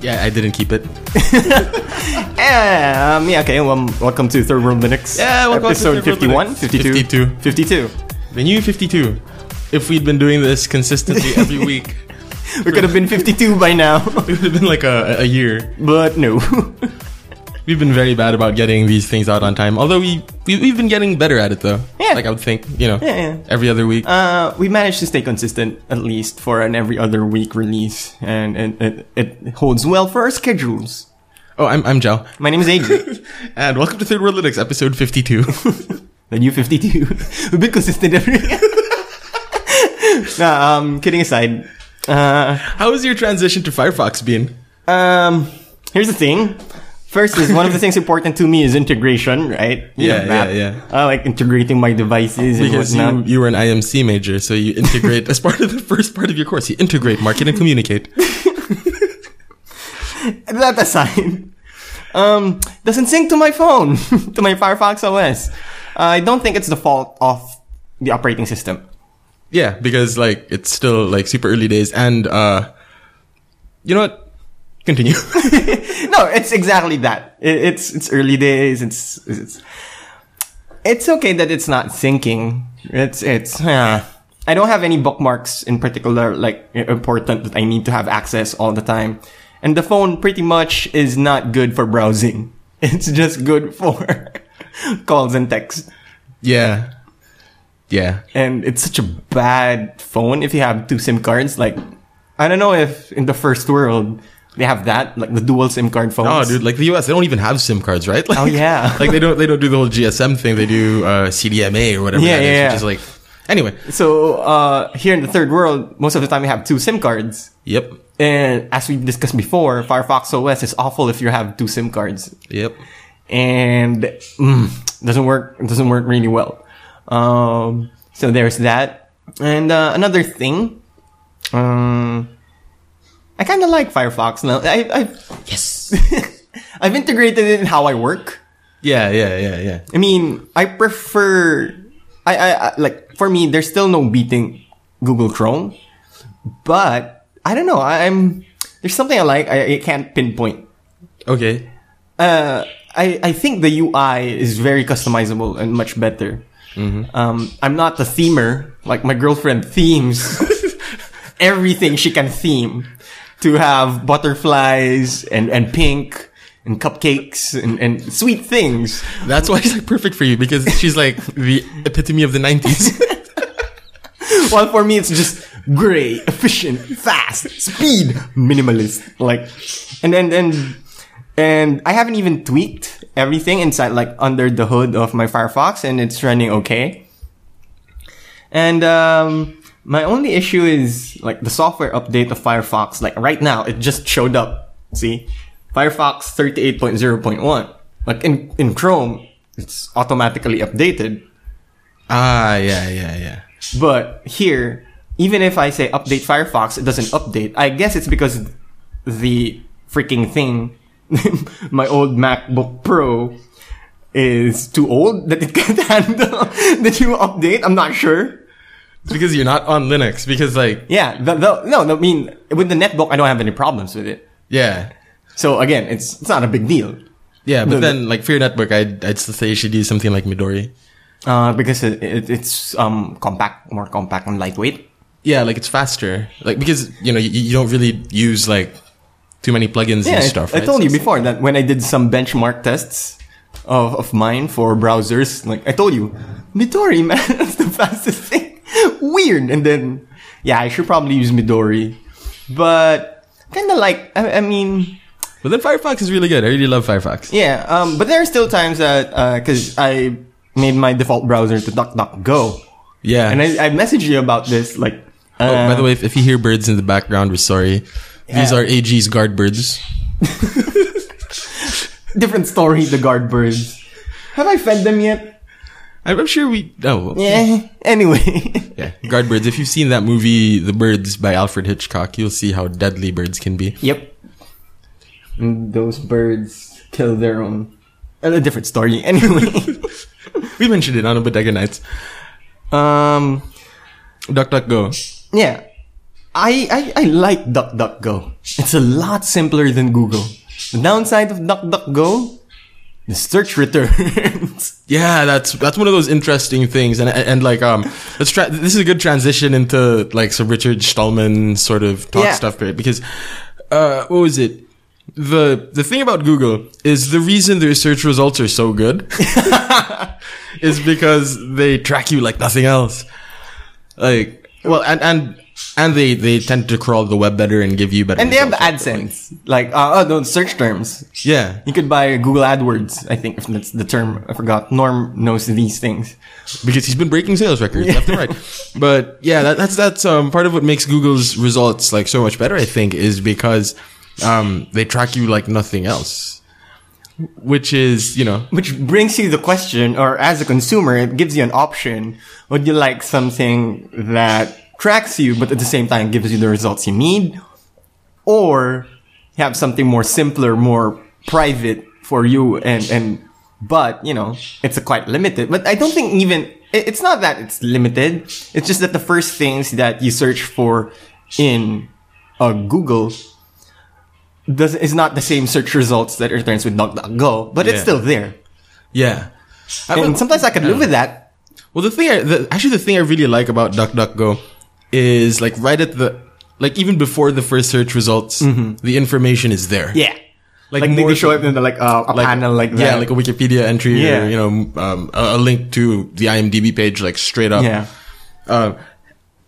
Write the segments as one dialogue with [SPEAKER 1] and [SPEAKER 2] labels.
[SPEAKER 1] Yeah, I didn't keep it.
[SPEAKER 2] Yeah, um, yeah, okay. Well, welcome to Third World Linux.
[SPEAKER 1] Yeah, welcome to
[SPEAKER 2] episode
[SPEAKER 1] Third
[SPEAKER 2] 51,
[SPEAKER 1] World Linux.
[SPEAKER 2] 52,
[SPEAKER 1] 52.
[SPEAKER 2] 52.
[SPEAKER 1] The new 52. If we'd been doing this consistently every week,
[SPEAKER 2] We could have been 52 by now,
[SPEAKER 1] it would have been like a, a year.
[SPEAKER 2] but no.
[SPEAKER 1] We've been very bad about getting these things out on time. Although we, we we've been getting better at it though.
[SPEAKER 2] Yeah.
[SPEAKER 1] Like I would think, you know,
[SPEAKER 2] Yeah, yeah.
[SPEAKER 1] every other week.
[SPEAKER 2] Uh, we managed to stay consistent at least for an every other week release, and it, it, it holds well for our schedules.
[SPEAKER 1] oh, I'm I'm Jao,
[SPEAKER 2] My name is Adrian,
[SPEAKER 1] and welcome to Third World Linux, episode 52.
[SPEAKER 2] the new 52. We've been consistent every. nah, um, kidding aside, uh,
[SPEAKER 1] How has your transition to Firefox been?
[SPEAKER 2] Um, here's the thing. First is one of the things important to me is integration, right? You
[SPEAKER 1] Yeah,
[SPEAKER 2] know that.
[SPEAKER 1] yeah,
[SPEAKER 2] I like integrating my devices
[SPEAKER 1] Because
[SPEAKER 2] and
[SPEAKER 1] you,
[SPEAKER 2] whatnot.
[SPEAKER 1] you were an IMC major, so you integrate as part of the first part of your course. You integrate, market, and communicate.
[SPEAKER 2] That aside, um, doesn't sync to my phone, to my Firefox OS. I don't think it's the fault of the operating system.
[SPEAKER 1] Yeah, because like it's still like super early days, and uh, you know what? Continue.
[SPEAKER 2] No, it's exactly that. It, it's it's early days. It's it's it's okay that it's not syncing. It's it's. yeah. I don't have any bookmarks in particular, like i- important that I need to have access all the time, and the phone pretty much is not good for browsing. It's just good for calls and texts.
[SPEAKER 1] yeah, yeah.
[SPEAKER 2] And it's such a bad phone if you have two SIM cards. Like, I don't know if in the first world they have that, like the dual SIM card phones.
[SPEAKER 1] Oh, dude, like the U.S. they don't even have SIM cards, right? Like,
[SPEAKER 2] Oh, yeah.
[SPEAKER 1] like they don't they don't do the whole GSM thing. They do uh, CDMA or whatever.
[SPEAKER 2] Yeah,
[SPEAKER 1] that is,
[SPEAKER 2] yeah,
[SPEAKER 1] Which
[SPEAKER 2] yeah.
[SPEAKER 1] is like anyway.
[SPEAKER 2] So uh, here in the third world, most of the time we have two SIM cards.
[SPEAKER 1] Yep,
[SPEAKER 2] And as we've discussed before, Firefox OS is awful if you have two SIM cards,
[SPEAKER 1] yep.
[SPEAKER 2] and mm, doesn't work. It doesn't work really well. Um, so there's that. And uh, another thing, um, I kind of like Firefox now. I, I've
[SPEAKER 1] Yes.
[SPEAKER 2] I've integrated it in how I work.
[SPEAKER 1] yeah, yeah, yeah, yeah.
[SPEAKER 2] I mean, I prefer. I, I, I like for me. There's still no beating Google Chrome, but I don't know. I, I'm there's something I like. I, I can't pinpoint.
[SPEAKER 1] Okay.
[SPEAKER 2] Uh, I I think the UI is very customizable and much better. Um, I'm not the themer. Like my girlfriend themes everything she can theme to have butterflies and and pink and cupcakes and and sweet things.
[SPEAKER 1] That's why she's like perfect for you because she's like the epitome of the '90s.
[SPEAKER 2] Well, for me, it's just gray, efficient, fast, speed, minimalist. Like, and then, and, and I haven't even tweaked everything inside, like under the hood of my Firefox, and it's running okay. And, um, my only issue is like the software update of Firefox. Like right now, it just showed up. See, Firefox 38.0.1. Like in, in Chrome, it's automatically updated.
[SPEAKER 1] ah, yeah, yeah, yeah.
[SPEAKER 2] But here, even if I say update Firefox, it doesn't update. I guess it's because the freaking thing, my old MacBook Pro, is too old that it can't handle the new update. I'm not sure.
[SPEAKER 1] It's because you're not on Linux. Because like
[SPEAKER 2] Yeah, the, the, no, I mean, with the netbook, I don't have any problems with it.
[SPEAKER 1] yeah,
[SPEAKER 2] So again, it's, it's not a big deal.
[SPEAKER 1] yeah. But
[SPEAKER 2] No,
[SPEAKER 1] then like for your network, I'd I'd still say you should use something like Midori.
[SPEAKER 2] Uh, because it, it, it's, um, compact, more compact and lightweight.
[SPEAKER 1] Yeah, like it's faster. Like because you know you, you don't really use like too many plugins
[SPEAKER 2] Yeah,
[SPEAKER 1] and
[SPEAKER 2] I-
[SPEAKER 1] stuff.
[SPEAKER 2] I,
[SPEAKER 1] right?
[SPEAKER 2] told
[SPEAKER 1] So
[SPEAKER 2] you
[SPEAKER 1] it's-
[SPEAKER 2] before that when I did some benchmark tests of, of mine for browsers, like I told you, Midori, man, that's the fastest thing. Weird. And then, yeah, I should probably use Midori. But kind of like, I, I mean,
[SPEAKER 1] But then Firefox is really good. I really love Firefox.
[SPEAKER 2] yeah, um, but there are still times that, because I made my default browser to DuckDuckGo.
[SPEAKER 1] Yeah.
[SPEAKER 2] And I, I messaged you about this, like, uh,
[SPEAKER 1] oh, by the way, if, if you hear birds in the background, we're sorry. These
[SPEAKER 2] Yeah.
[SPEAKER 1] are AG's guard birds.
[SPEAKER 2] different story, the guard birds. Have I fed them yet?
[SPEAKER 1] I'm, I'm sure we. Oh. Yeah.
[SPEAKER 2] Yeah. Anyway.
[SPEAKER 1] Guard birds. If you've seen that movie, The Birds by Alfred Hitchcock, you'll see how deadly birds can be.
[SPEAKER 2] Yep. And those birds kill their own. A different story, anyway.
[SPEAKER 1] We mentioned it on a Bodega Nights.
[SPEAKER 2] um,
[SPEAKER 1] DuckDuckGo.
[SPEAKER 2] yeah. I, I, I like DuckDuckGo. It's a lot simpler than Google. The downside of DuckDuckGo, the search returns.
[SPEAKER 1] Yeah, that's that's one of those interesting things, and and like um, let's try. This is a good transition into like some Richard Stallman sort of talk
[SPEAKER 2] Yeah.
[SPEAKER 1] stuff right? because uh, what was it? The the thing about Google is the reason their search results are so good is because they track you like nothing else. Like well, and and and they they tend to crawl the web better and give you better.
[SPEAKER 2] and they have the
[SPEAKER 1] results, right?
[SPEAKER 2] AdSense. Like, uh, oh, no, search terms.
[SPEAKER 1] Yeah,
[SPEAKER 2] You could buy Google AdWords, I think, if that's the term. I forgot. Norm knows these things.
[SPEAKER 1] because he's been breaking sales records left and right. But yeah, that, that's that's um, part of what makes Google's results like so much better. I think is because um, they track you like nothing else, which is you know
[SPEAKER 2] Which brings you the question, or as a consumer, it gives you an option. Would you like something that tracks you, but at the same time gives you the results you need? Or have something more simpler, more private for you and, and, but, you know, it's a quite limited, but I don't think even, it- it's not that it's limited. It's just that the first things that you search for in uh, Google does, is not the same search results that it returns with DuckDuckGo, but it's
[SPEAKER 1] Yeah.
[SPEAKER 2] still there.
[SPEAKER 1] yeah. I
[SPEAKER 2] And
[SPEAKER 1] would-
[SPEAKER 2] sometimes I could live with that.
[SPEAKER 1] Well, the thing, I, the, actually, the thing I really like about DuckDuckGo is like right at the like even before the first search results, the information is there.
[SPEAKER 2] Mm-hmm. Yeah. Like, they-
[SPEAKER 1] more
[SPEAKER 2] they show up in the, like uh, a panel like that.
[SPEAKER 1] yeah, like a Wikipedia entry
[SPEAKER 2] Yeah.
[SPEAKER 1] or you know um, a, a link to the IMDb page, like straight up.
[SPEAKER 2] yeah.
[SPEAKER 1] Uh,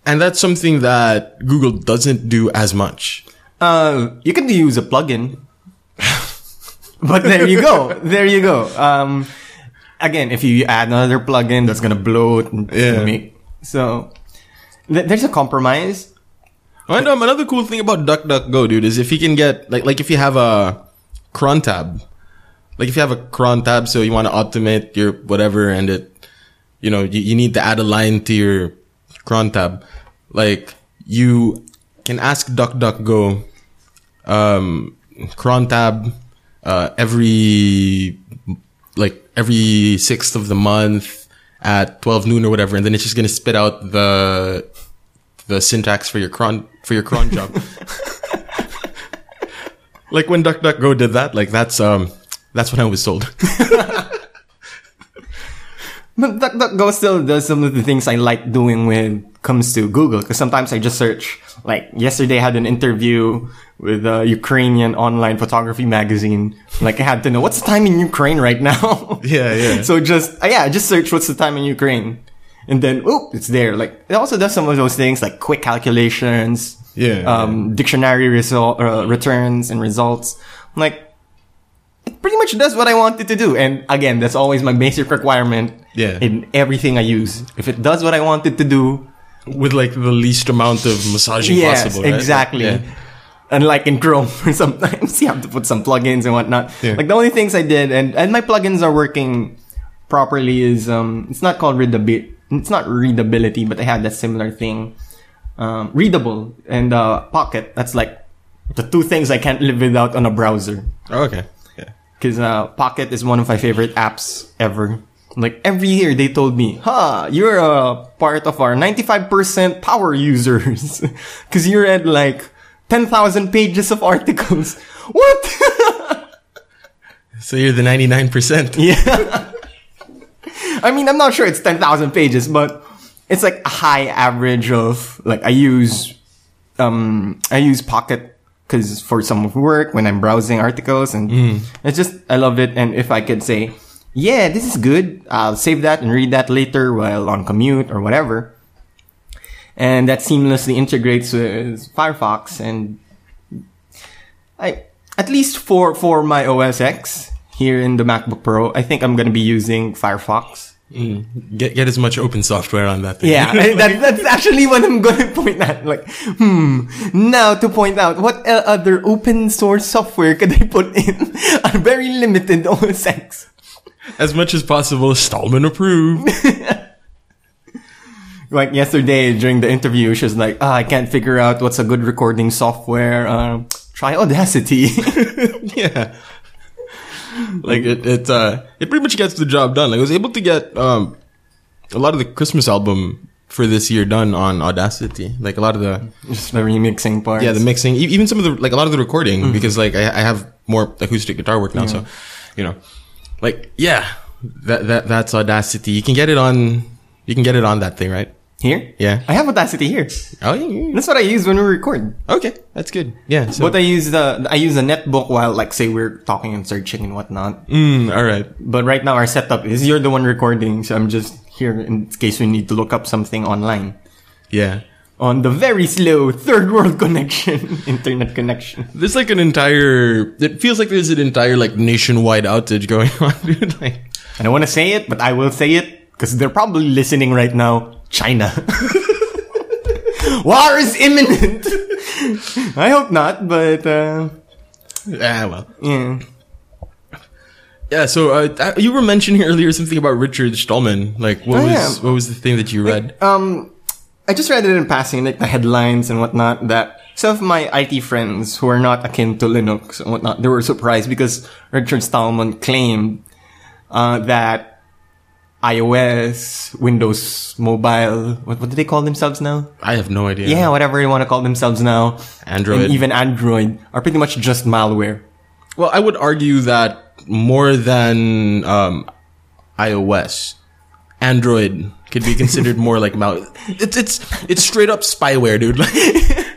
[SPEAKER 1] and that's something that Google doesn't do as much.
[SPEAKER 2] Uh, you can use a plugin. but there you go. There you go. Um, again, if you add another plugin, that's gonna bloat. And it's gonna
[SPEAKER 1] Yeah.
[SPEAKER 2] make- so th- there's a compromise.
[SPEAKER 1] Oh, And um, another cool thing about DuckDuckGo, dude, is if you can get like like if you have a cron tab, like if you have a cron tab, so you want to automate your whatever, and it, you know, you, you need to add a line to your cron tab, like you can ask DuckDuckGo, um, cron tab, uh, every like every sixth of the month at twelve noon or whatever, and then it's just gonna spit out the the syntax for your cron for your cron job. like when DuckDuckGo did that, like that's um that's when I was sold.
[SPEAKER 2] But DuckDuckGo still does some of the things I like doing when it comes to Google. Because sometimes I just search. Like yesterday, I had an interview with a Ukrainian online photography magazine. Like I had to know what's the time in Ukraine right now.
[SPEAKER 1] Yeah, yeah.
[SPEAKER 2] so just uh, yeah, just search what's the time in Ukraine, and then oop, it's there. Like it also does some of those things like quick calculations.
[SPEAKER 1] Yeah,
[SPEAKER 2] Um, dictionary result uh, returns and results. Like pretty much does what I want it to do. And again, that's always my basic requirement
[SPEAKER 1] Yeah.
[SPEAKER 2] in everything I use. If it does what I want it to do,
[SPEAKER 1] With like the least amount of massaging
[SPEAKER 2] yes,
[SPEAKER 1] possible. right?
[SPEAKER 2] exactly.
[SPEAKER 1] Yeah.
[SPEAKER 2] Unlike in Chrome, sometimes you have to put some plugins and whatnot.
[SPEAKER 1] Yeah.
[SPEAKER 2] Like the only things I did, and, and my plugins are working properly, is um, it's not called readability. It's not readability, but I had that similar thing. Um, readable and uh, Pocket. That's like the two things I can't live without on a browser.
[SPEAKER 1] Oh, okay. Yeah.
[SPEAKER 2] Because uh, Pocket is one of my favorite apps ever. Like every year they told me, huh, you're a part of our 95% power users. Because you read like 10,000 pages of articles. What?
[SPEAKER 1] So you're the ninety nine percent.
[SPEAKER 2] I mean, I'm not sure it's 10,000 pages, but it's like a high average of, like, I use, um, I use Pocket because for some of work when I'm browsing articles and it's just, I love it. And if I could say, yeah, this is good, I'll save that and read that later while on commute or whatever. And that seamlessly integrates with Firefox and I at least for for my OS X here in the MacBook Pro, I think I'm gonna be using Firefox.
[SPEAKER 1] Get get as much open software on that thing.
[SPEAKER 2] Yeah, I- that, that's actually what I'm gonna point at. Like, hmm. Now to point out what el- other open source software could I put in? A very limited OS X.
[SPEAKER 1] As much as possible, Stallman approved.
[SPEAKER 2] Like yesterday during the interview, she was like, "Ah, I can't figure out what's a good recording software. Uh, try Audacity.
[SPEAKER 1] yeah. Like it, it, uh, it pretty much gets the job done. Like I was able to get um, a lot of the Christmas album for this year done on Audacity. Like a lot of the
[SPEAKER 2] Just the remixing part.
[SPEAKER 1] yeah the mixing, e- even some of the like a lot of the recording because like I, I have more acoustic guitar work now, so you know, like yeah, that that that's Audacity. You can get it on you can get it on that thing, right?
[SPEAKER 2] here.
[SPEAKER 1] Yeah.
[SPEAKER 2] I have Audacity here.
[SPEAKER 1] Oh yeah.
[SPEAKER 2] That's what I use when we record.
[SPEAKER 1] Okay, that's good. Yeah. So
[SPEAKER 2] But I use the I use the netbook while like say we're talking and searching and whatnot.
[SPEAKER 1] Mm, all right.
[SPEAKER 2] But right now our setup is you're the one recording, so I'm just here in case we need to look up something online
[SPEAKER 1] Yeah.
[SPEAKER 2] on the very slow third world connection, internet connection.
[SPEAKER 1] There's like an entire. It feels like there's an entire like nationwide outage going on, dude. Like,
[SPEAKER 2] I don't want to say it, but I will say it because they're probably listening right now. China. War is imminent. I hope not, but uh,
[SPEAKER 1] ah, well.
[SPEAKER 2] yeah.
[SPEAKER 1] Yeah. So uh, th- you were mentioning earlier something about Richard Stallman. Like, what
[SPEAKER 2] Oh,
[SPEAKER 1] was
[SPEAKER 2] yeah.
[SPEAKER 1] what was the thing that you read?
[SPEAKER 2] Um, I just read it in passing, like the headlines and whatnot. That some of my IT friends who are not akin to Linux and whatnot, they were surprised because Richard Stallman claimed uh, that iOS, Windows Mobile, what, what do they call themselves now?
[SPEAKER 1] I have no idea.
[SPEAKER 2] yeah, whatever you want to call themselves now,
[SPEAKER 1] Android.
[SPEAKER 2] and even Android are pretty much just malware.
[SPEAKER 1] Well, I would argue that more than um, iOS, Android could be considered more like mal. It's it's it's straight up spyware, dude.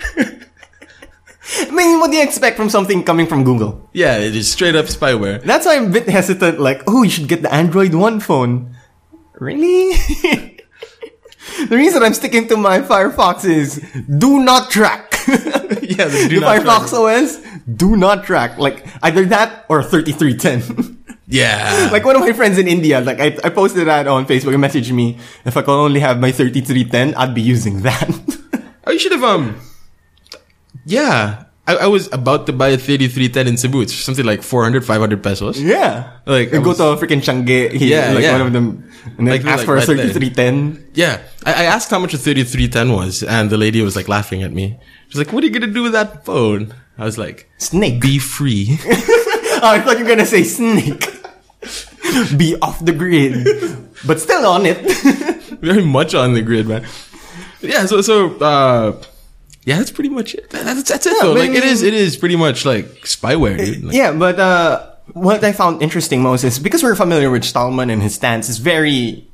[SPEAKER 1] Like,
[SPEAKER 2] I mean, what do you expect from something coming from Google?
[SPEAKER 1] yeah, it is straight up spyware.
[SPEAKER 2] That's why I'm a bit hesitant. Like, oh, you should get the Android One phone. Really? the reason I'm sticking to my Firefox is do not track.
[SPEAKER 1] Yeah, the
[SPEAKER 2] the
[SPEAKER 1] do not track.
[SPEAKER 2] Firefox OS do not track. Like either that or 3310.
[SPEAKER 1] Yeah.
[SPEAKER 2] like one of my friends in India, like I, I posted that on Facebook and messaged me, if I could only have my 3310, I'd be using that.
[SPEAKER 1] Oh, you should have um. Yeah, I, I was about to buy a thirty-three ten in Cebu. It's something like 400, 500 pesos.
[SPEAKER 2] yeah.
[SPEAKER 1] Like,
[SPEAKER 2] I
[SPEAKER 1] I
[SPEAKER 2] go
[SPEAKER 1] was-
[SPEAKER 2] to a freaking Changge, he-
[SPEAKER 1] Yeah,
[SPEAKER 2] like
[SPEAKER 1] yeah.
[SPEAKER 2] one of them, and then
[SPEAKER 1] Like,
[SPEAKER 2] ask
[SPEAKER 1] like
[SPEAKER 2] for a
[SPEAKER 1] right there.
[SPEAKER 2] 3310.
[SPEAKER 1] Yeah, I, I asked how much a thirty-three ten was, and the lady was like laughing at me. She's like, "What are you gonna do with that phone?" I was like,
[SPEAKER 2] Snake.
[SPEAKER 1] "Be free."
[SPEAKER 2] oh, I thought you were gonna say snake. be off the grid. but still on it.
[SPEAKER 1] Very much on the grid, man. Yeah. So so uh, yeah, that's pretty much it. That- That's that's it though.
[SPEAKER 2] but I
[SPEAKER 1] Like it
[SPEAKER 2] mean-
[SPEAKER 1] is it is pretty much like spyware, dude. Like,
[SPEAKER 2] yeah, but, uh, what I found interesting most is because we're familiar with Stallman and his stance is very,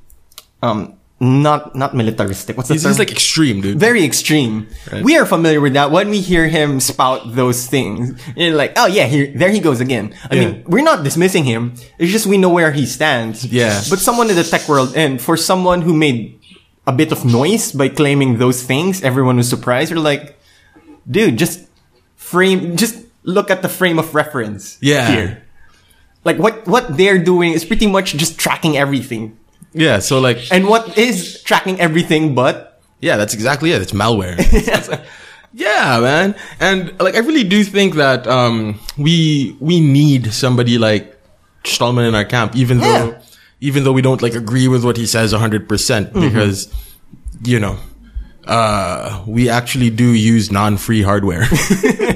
[SPEAKER 2] um, not, not militaristic. What's the
[SPEAKER 1] It's
[SPEAKER 2] term?
[SPEAKER 1] just like extreme, dude.
[SPEAKER 2] very extreme.
[SPEAKER 1] Right.
[SPEAKER 2] We are familiar with that. When we hear him spout those things, you're like, oh yeah, here, there he goes again. I
[SPEAKER 1] Yeah.
[SPEAKER 2] mean, we're not dismissing him. It's just we know where he stands.
[SPEAKER 1] Yeah.
[SPEAKER 2] But someone in the tech world, and for someone who made a bit of noise by claiming those things, everyone was surprised. You're like, dude, just frame, just look at the frame of reference.
[SPEAKER 1] Yeah.
[SPEAKER 2] Here. Like what, what they're doing is pretty much just tracking everything.
[SPEAKER 1] yeah. So like
[SPEAKER 2] And what is tracking everything but
[SPEAKER 1] Yeah, that's exactly it. It's malware. It's like- yeah, man. And like, I really do think that um, we we need somebody like Stallman in our camp, even
[SPEAKER 2] Yeah.
[SPEAKER 1] though even though we don't like agree with what he says hundred percent, because you know, uh, we actually do use non-free hardware.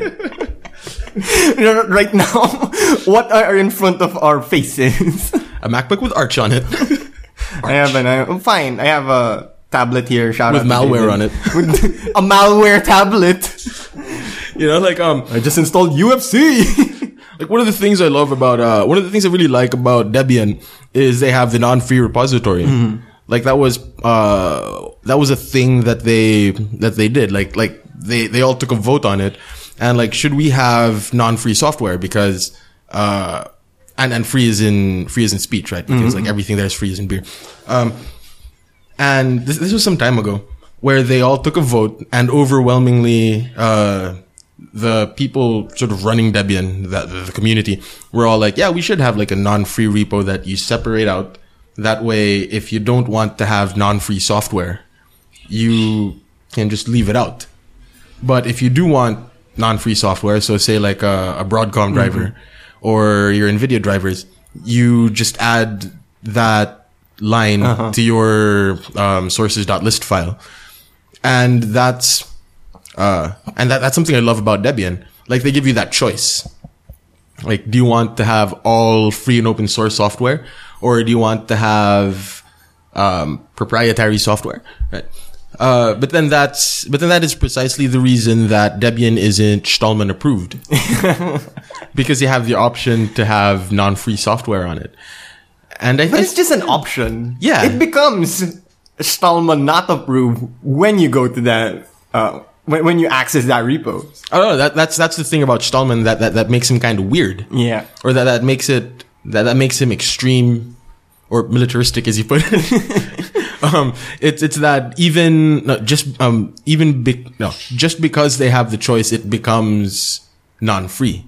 [SPEAKER 2] R- right now what are in front of our faces
[SPEAKER 1] A MacBook with Arch on it.
[SPEAKER 2] i have an I, am fine i have a tablet here shout
[SPEAKER 1] With
[SPEAKER 2] out to
[SPEAKER 1] malware
[SPEAKER 2] David.
[SPEAKER 1] on it.
[SPEAKER 2] with a malware tablet
[SPEAKER 1] you know, like um,
[SPEAKER 2] i just installed ufc
[SPEAKER 1] Like one of the things I love about uh, one of the things I really like about Debian is they have the non-free repository.
[SPEAKER 2] Mm-hmm.
[SPEAKER 1] Like that was uh, that was a thing that they that they did. Like like they they all took a vote on it, and like should we have non-free software because uh, and and free is in free is in speech right because
[SPEAKER 2] Mm-hmm.
[SPEAKER 1] like everything there is free is in beer. Um, and this, this was some time ago where they all took a vote and overwhelmingly uh, the people sort of running debian the, the, the community were all like yeah we should have like a non-free repo that you separate out that way if you don't want to have non-free software you can just leave it out but if you do want non-free software, so say like a, a Broadcom driver or your NVIDIA drivers, you just add that line to your um, sources.list file, and that's uh, and that, that's something I love about Debian. Like they give you that choice. Like, do you want to have all free and open source software, or do you want to have um, proprietary software? Right. Uh, but then that's but then that is precisely the reason that Debian isn't Stallman approved, because you have the option to have non-free software on it. And I
[SPEAKER 2] But
[SPEAKER 1] think
[SPEAKER 2] it's just an option.
[SPEAKER 1] Yeah.
[SPEAKER 2] It becomes Stallman not approved when you go to that, uh, when, when you access that repo.
[SPEAKER 1] I don't know that that's that's the thing about Stallman that that, that makes him kind of weird.
[SPEAKER 2] Yeah.
[SPEAKER 1] or that that makes it that that makes him extreme or militaristic as you put it um it's it's that even no, just um even be, no just because they have the choice it becomes non-free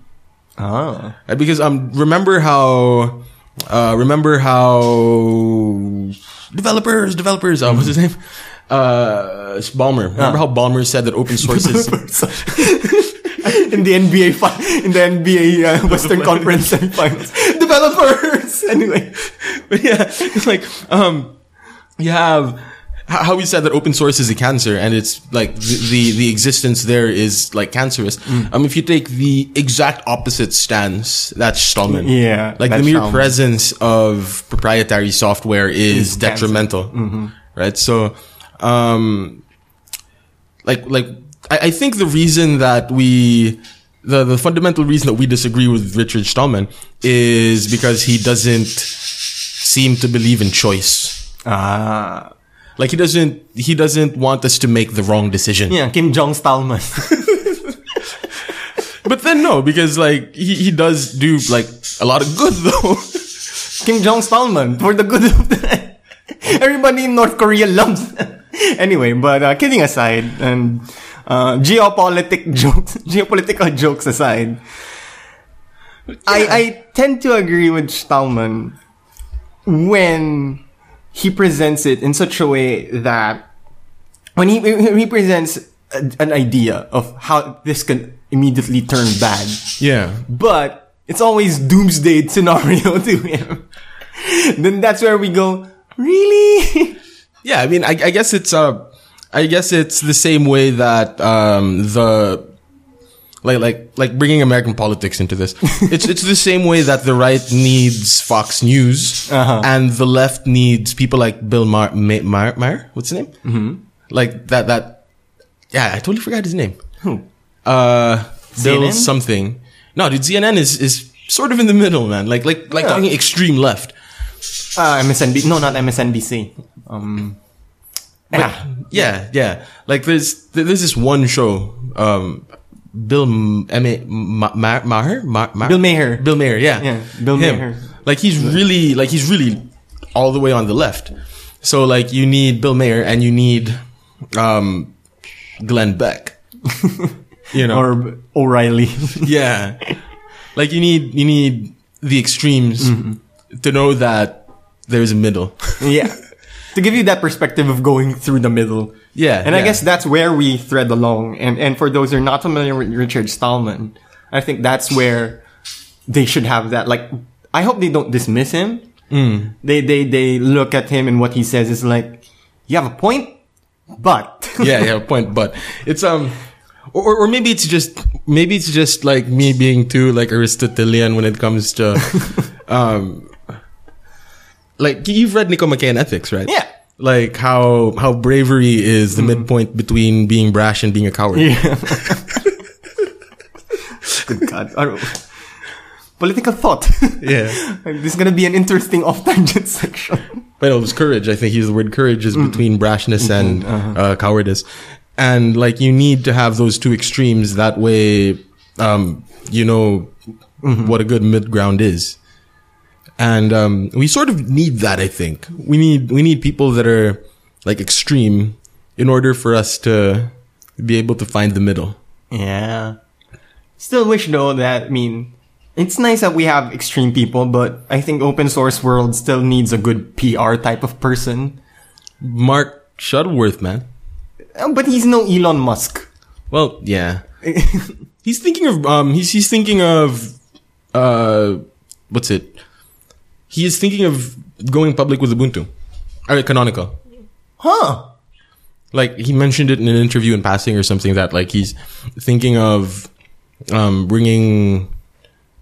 [SPEAKER 2] Oh.
[SPEAKER 1] Uh, because um remember how uh remember how developers developers um what's his name uh Balmer remember how Balmer said that open source is
[SPEAKER 2] in the NBA, fi- in the NBA uh, Western Conference semifinals, developers. Anyway,
[SPEAKER 1] But yeah, it's like um, you have how how we said that open source is a cancer, and it's like the the, the existence there is like cancerous.
[SPEAKER 2] Mm.
[SPEAKER 1] Um, if you take the exact opposite stance, that's Stallman.
[SPEAKER 2] Yeah,
[SPEAKER 1] like the
[SPEAKER 2] that's
[SPEAKER 1] mere
[SPEAKER 2] Stallman.
[SPEAKER 1] presence of proprietary software is
[SPEAKER 2] cancer. Mm-hmm.
[SPEAKER 1] detrimental, right? So, um, like like I, I think the reason that we the, the fundamental reason that we disagree with Richard Stallman is because he doesn't seem to believe in choice.
[SPEAKER 2] ah,
[SPEAKER 1] Like he doesn't he doesn't want us to make the wrong decision.
[SPEAKER 2] yeah, Kim Jong Stallman.
[SPEAKER 1] But then no, because like he, he does do like a lot of good though.
[SPEAKER 2] Kim Jong Stallman for the good of the everybody in North Korea loves. anyway, but uh, kidding aside, and uh, geopolitic jokes, geopolitical jokes aside, I I tend to agree with Stallman when he presents it in such a way that when he when he presents a, an idea of how this can immediately turn bad
[SPEAKER 1] yeah.
[SPEAKER 2] but it's always doomsday scenario to him. then that's where we go, really?
[SPEAKER 1] Yeah, I mean, I, I guess it's uh, I guess it's the same way that um the like like like bringing American politics into this. it's it's the same way that the right needs Fox News and the left needs people like Bill Maher. Ma- Maher, Maher? What's his name? Mm-hmm. Like that that. Yeah, I totally forgot his name. Who? Uh, Bill
[SPEAKER 2] CNN?
[SPEAKER 1] something. No, dude, CNN is is sort of in the middle, man. Like like like
[SPEAKER 2] Yeah.
[SPEAKER 1] talking extreme left.
[SPEAKER 2] Uh, MSNBC. No, not MSNBC. Um, yeah.
[SPEAKER 1] Yeah, yeah. Like there's th- there's this one show, um, Bill M- M- M- Ma- Ma- Maher, Ma- Ma-
[SPEAKER 2] Bill Maher.
[SPEAKER 1] Bill Maher, yeah,
[SPEAKER 2] Yeah, Bill
[SPEAKER 1] Him.
[SPEAKER 2] Maher.
[SPEAKER 1] Like he's really, like he's really all the way on the left. So like you need Bill Maher and you need, um, Glenn Beck. you know,
[SPEAKER 2] Or O'Reilly.
[SPEAKER 1] yeah. Like you need you need the extremes
[SPEAKER 2] Mm-hmm.
[SPEAKER 1] to know that there's a middle.
[SPEAKER 2] yeah. To give you that perspective of going through the middle.
[SPEAKER 1] Yeah,
[SPEAKER 2] And I
[SPEAKER 1] yeah.
[SPEAKER 2] guess that's where we thread along. And, and for those who are not familiar with Richard Stallman, I think that's where they should have that. Like, I hope they don't dismiss him.
[SPEAKER 1] Hmm.
[SPEAKER 2] They, they, they look at him and what he says is like, you have a point, but.
[SPEAKER 1] yeah, yeah, point. But it's um, or- or or maybe it's just maybe it's just like me being too like Aristotelian when it comes to, um, like you've read Nico McCain Ethics, right?
[SPEAKER 2] Yeah.
[SPEAKER 1] Like how how bravery is the midpoint between being brash and being a coward.
[SPEAKER 2] Good God. I don't- Political thought.
[SPEAKER 1] Yeah.
[SPEAKER 2] this is going to be an interesting off tangent section.
[SPEAKER 1] But it was courage. I think he's the word courage is between brashness and uh, cowardice, and like you need to have those two extremes. That way, um, you know what a good mid ground is, and um, we sort of need that. I think we need we need people that are like extreme in order for us to be able to find the middle.
[SPEAKER 2] Yeah. Still wish though that, I mean, it's nice that we have extreme people, but I think open source world still needs a good PR type of person.
[SPEAKER 1] Mark Shuttleworth, man.
[SPEAKER 2] Uh, But he's no Elon Musk.
[SPEAKER 1] Well, yeah. he's thinking of um he's he's thinking of uh what's it? He is thinking of going public with Ubuntu. Or canonical.
[SPEAKER 2] Huh.
[SPEAKER 1] Like he mentioned it in an interview in passing or something that like he's thinking of um bringing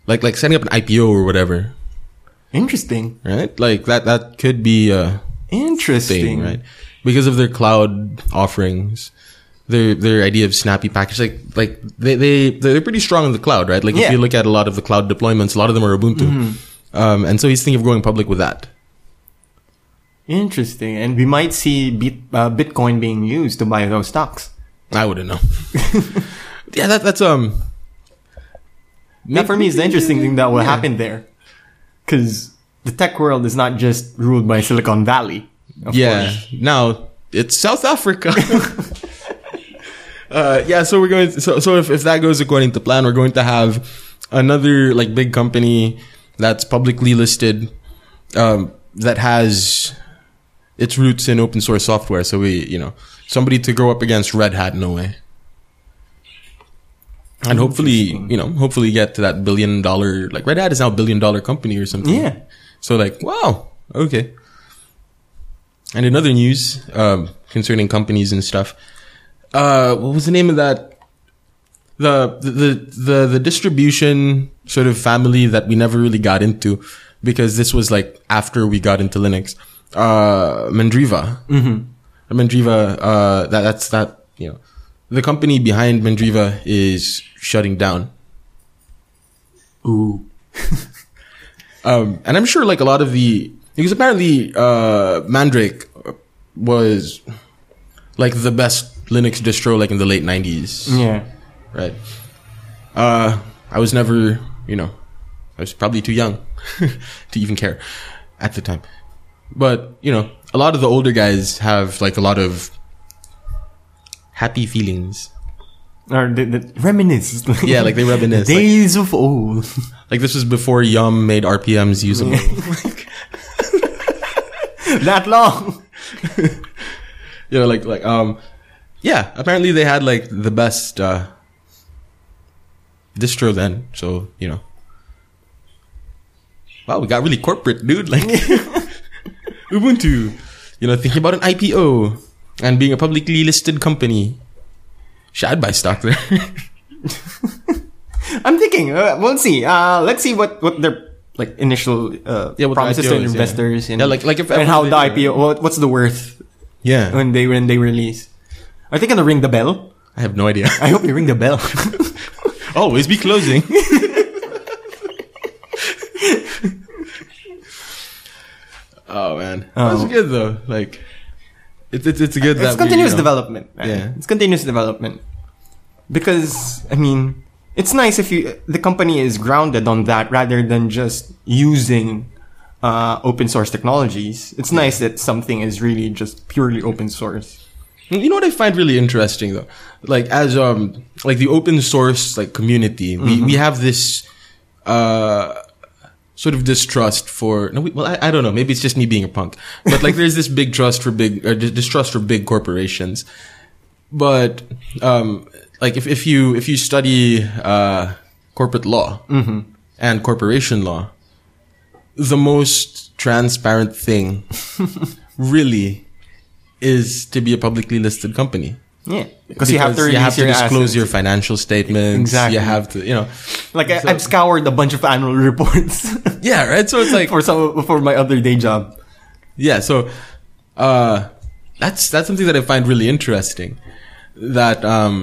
[SPEAKER 1] like like setting up an IPO or whatever,
[SPEAKER 2] Interesting.
[SPEAKER 1] right? Like that that could be uh, a
[SPEAKER 2] Interesting.
[SPEAKER 1] thing, right? because of their cloud offerings, their their idea of snappy package, like like they they they're pretty strong in the cloud, right? Like if
[SPEAKER 2] Yeah. Mm-hmm.
[SPEAKER 1] you look at a lot of the cloud deployments, a lot of them are Ubuntu, um, and so he's thinking of going public with that.
[SPEAKER 2] Interesting. And we might see bit, uh, Bitcoin being used to buy those stocks.
[SPEAKER 1] I wouldn't know. yeah, that, that's um.
[SPEAKER 2] That for me is the interesting thing that will happen there. Because the tech world is not just ruled by Silicon Valley. Of
[SPEAKER 1] yeah.
[SPEAKER 2] course.
[SPEAKER 1] Now it's South Africa. uh, yeah. So we're going. so so if, if that goes according to plan, we're going to have another like big company that's publicly listed um, that has its roots in open source software. So we, you know, somebody to go up against Red Hat in a way. And hopefully,
[SPEAKER 2] Interesting.
[SPEAKER 1] you know, hopefully get to that billion dollar, like Red Hat is now a billion dollar company or something.
[SPEAKER 2] Yeah.
[SPEAKER 1] So like, wow, okay. And in other news um, concerning companies and stuff, uh, what was the name of that? The, the the the distribution sort of family that we never really got into because this was like after we got into Linux. Uh, Mandriva, mm-hmm. Mandriva. Uh, that that's that you know, the company behind Mandriva is shutting down.
[SPEAKER 2] Ooh.
[SPEAKER 1] Um, and I'm sure like a lot of the, because apparently, uh, Mandrake was like the best Linux distro like in the late 90s.
[SPEAKER 2] Yeah.
[SPEAKER 1] Right. Uh, I was never, you know, I was probably too young to even care at the time. But, you know, a lot of the older guys have like a lot of happy feelings.
[SPEAKER 2] Or the, the reminisce.
[SPEAKER 1] Yeah, like they reminisce, like-
[SPEAKER 2] Days of old.
[SPEAKER 1] Like this was before Yum made RPMs usable.
[SPEAKER 2] that long.
[SPEAKER 1] you know, like like um, yeah. Apparently, they had like the best uh, distro then. So you know, wow, we got really corporate, dude. Like Ubuntu, you know, thinking about an IPO and being a publicly listed company. Shit, I'd buy stock there.
[SPEAKER 2] I'm thinking. Uh, we'll see. Uh, let's see what what their like initial uh,
[SPEAKER 1] Yeah, what the
[SPEAKER 2] promises to
[SPEAKER 1] IPO is, yeah.
[SPEAKER 2] investors and
[SPEAKER 1] Yeah, like- like if
[SPEAKER 2] and how
[SPEAKER 1] everything-
[SPEAKER 2] the IPO. What, what's the worth
[SPEAKER 1] yeah,
[SPEAKER 2] when they when they release? Are they gonna ring the bell?
[SPEAKER 1] I have no idea.
[SPEAKER 2] I hope they ring the bell.
[SPEAKER 1] Always be closing. oh man, that was
[SPEAKER 2] Oh.
[SPEAKER 1] good though. Like, it's it's it's good. that
[SPEAKER 2] it's
[SPEAKER 1] we,
[SPEAKER 2] continuous
[SPEAKER 1] you know-
[SPEAKER 2] development. man.
[SPEAKER 1] Yeah.
[SPEAKER 2] It's continuous development. Because I mean, it's nice if you the company is grounded on that rather than just using uh, open source technologies. It's nice that something is really just purely open source.
[SPEAKER 1] You know what I find really interesting though, like as um like the open source like community, we we have this uh sort of distrust for no we, well I, I don't know maybe it's just me being a punk but like there's this big trust for big or dis- distrust for big corporations but um like if, if you if you study uh corporate law and corporation law the most transparent thing really is to be a publicly listed company
[SPEAKER 2] Yeah, because you have to release your assets.
[SPEAKER 1] disclose your financial statements
[SPEAKER 2] Exactly.
[SPEAKER 1] you have to you know
[SPEAKER 2] Like I,
[SPEAKER 1] So-
[SPEAKER 2] I've scoured a bunch of annual reports
[SPEAKER 1] yeah right so it's like
[SPEAKER 2] for some for my other day job.
[SPEAKER 1] yeah so uh that's that's something that i find really interesting that um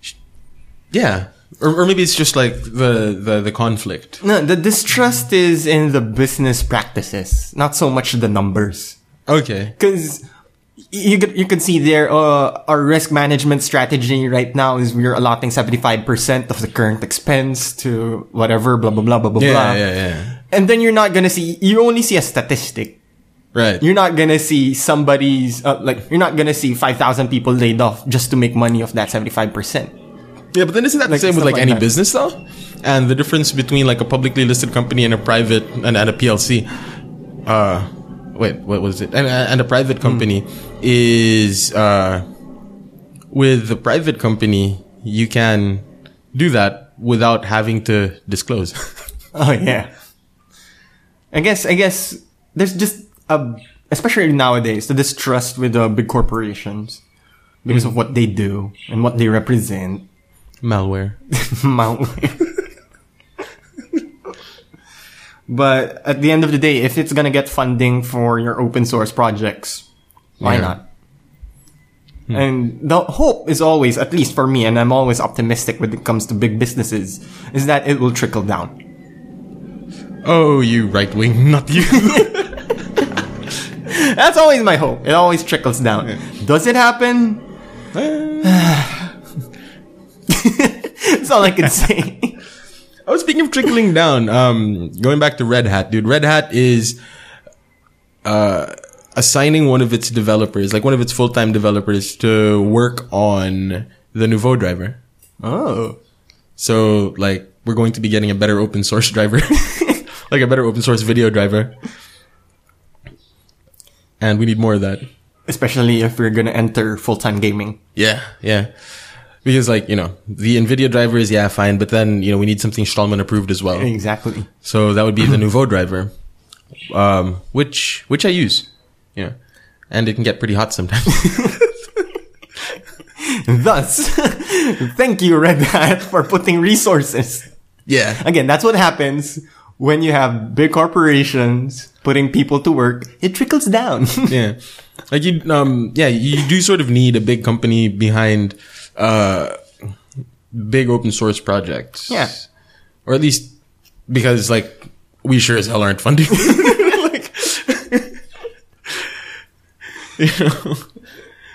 [SPEAKER 1] sh- yeah or, or maybe it's just like the the, the conflict
[SPEAKER 2] No, the distrust is in the business practices, not so much the numbers.
[SPEAKER 1] okay
[SPEAKER 2] Because you could, you can see there, uh, our risk management strategy right now is we're allotting 75% of the current expense to whatever, blah, blah, blah, blah, blah,
[SPEAKER 1] yeah
[SPEAKER 2] blah.
[SPEAKER 1] yeah yeah
[SPEAKER 2] And then you're not gonna see, you only see a statistic.
[SPEAKER 1] right
[SPEAKER 2] You're not gonna see somebody's, uh, like, you're not gonna see 5,000 people laid off just to make money off that 75%.
[SPEAKER 1] yeah but then isn't that the
[SPEAKER 2] Like,
[SPEAKER 1] same with
[SPEAKER 2] stuff
[SPEAKER 1] like,
[SPEAKER 2] like
[SPEAKER 1] any
[SPEAKER 2] that.
[SPEAKER 1] business though and the difference between like a publicly listed company and a private and, and a plc uh wait what was it and, and a
[SPEAKER 2] Hmm.
[SPEAKER 1] private company is uh with the private company, you can do that without having to disclose.
[SPEAKER 2] Oh, yeah. I guess, I guess there's just a, especially nowadays, the distrust with uh, big corporations because of what they do and what they represent.
[SPEAKER 1] Malware.
[SPEAKER 2] malware. But at the end of the day, if it's gonna get funding for your open source projects, why
[SPEAKER 1] Yeah.
[SPEAKER 2] not? And the hope is always, at least for me, and I'm always optimistic when it comes to big businesses, is that it will trickle down.
[SPEAKER 1] Oh, you right wing, not you.
[SPEAKER 2] That's always my hope. It always trickles down. Does it happen? That's all I can say.
[SPEAKER 1] Oh, speaking of trickling down, um, going back to Red Hat, dude. Red Hat is uh, assigning one of its developers, like one of its full-time developers, to work on the Nouveau driver.
[SPEAKER 2] oh.
[SPEAKER 1] So, like, we're going to be getting a better open source driver, like a better open source video driver, and we need more of that.
[SPEAKER 2] Especially if we're gonna enter full-time gaming.
[SPEAKER 1] Yeah, yeah. Because, like, you know, the NVIDIA driver is, yeah, fine, but then, you know, we need something Stallman approved as well.
[SPEAKER 2] Exactly.
[SPEAKER 1] So that would be the Nouveau driver, um, which which I use, you know, and it can get pretty hot sometimes.
[SPEAKER 2] Thus, thank you, Red Hat, for putting resources.
[SPEAKER 1] yeah,
[SPEAKER 2] Again, that's what happens when you have big corporations putting people to work. It trickles down.
[SPEAKER 1] yeah, like you, um, yeah, you do sort of need a big company behind uh, big open source projects.
[SPEAKER 2] Yeah.
[SPEAKER 1] or at least because like we sure as hell aren't funding. like, you know,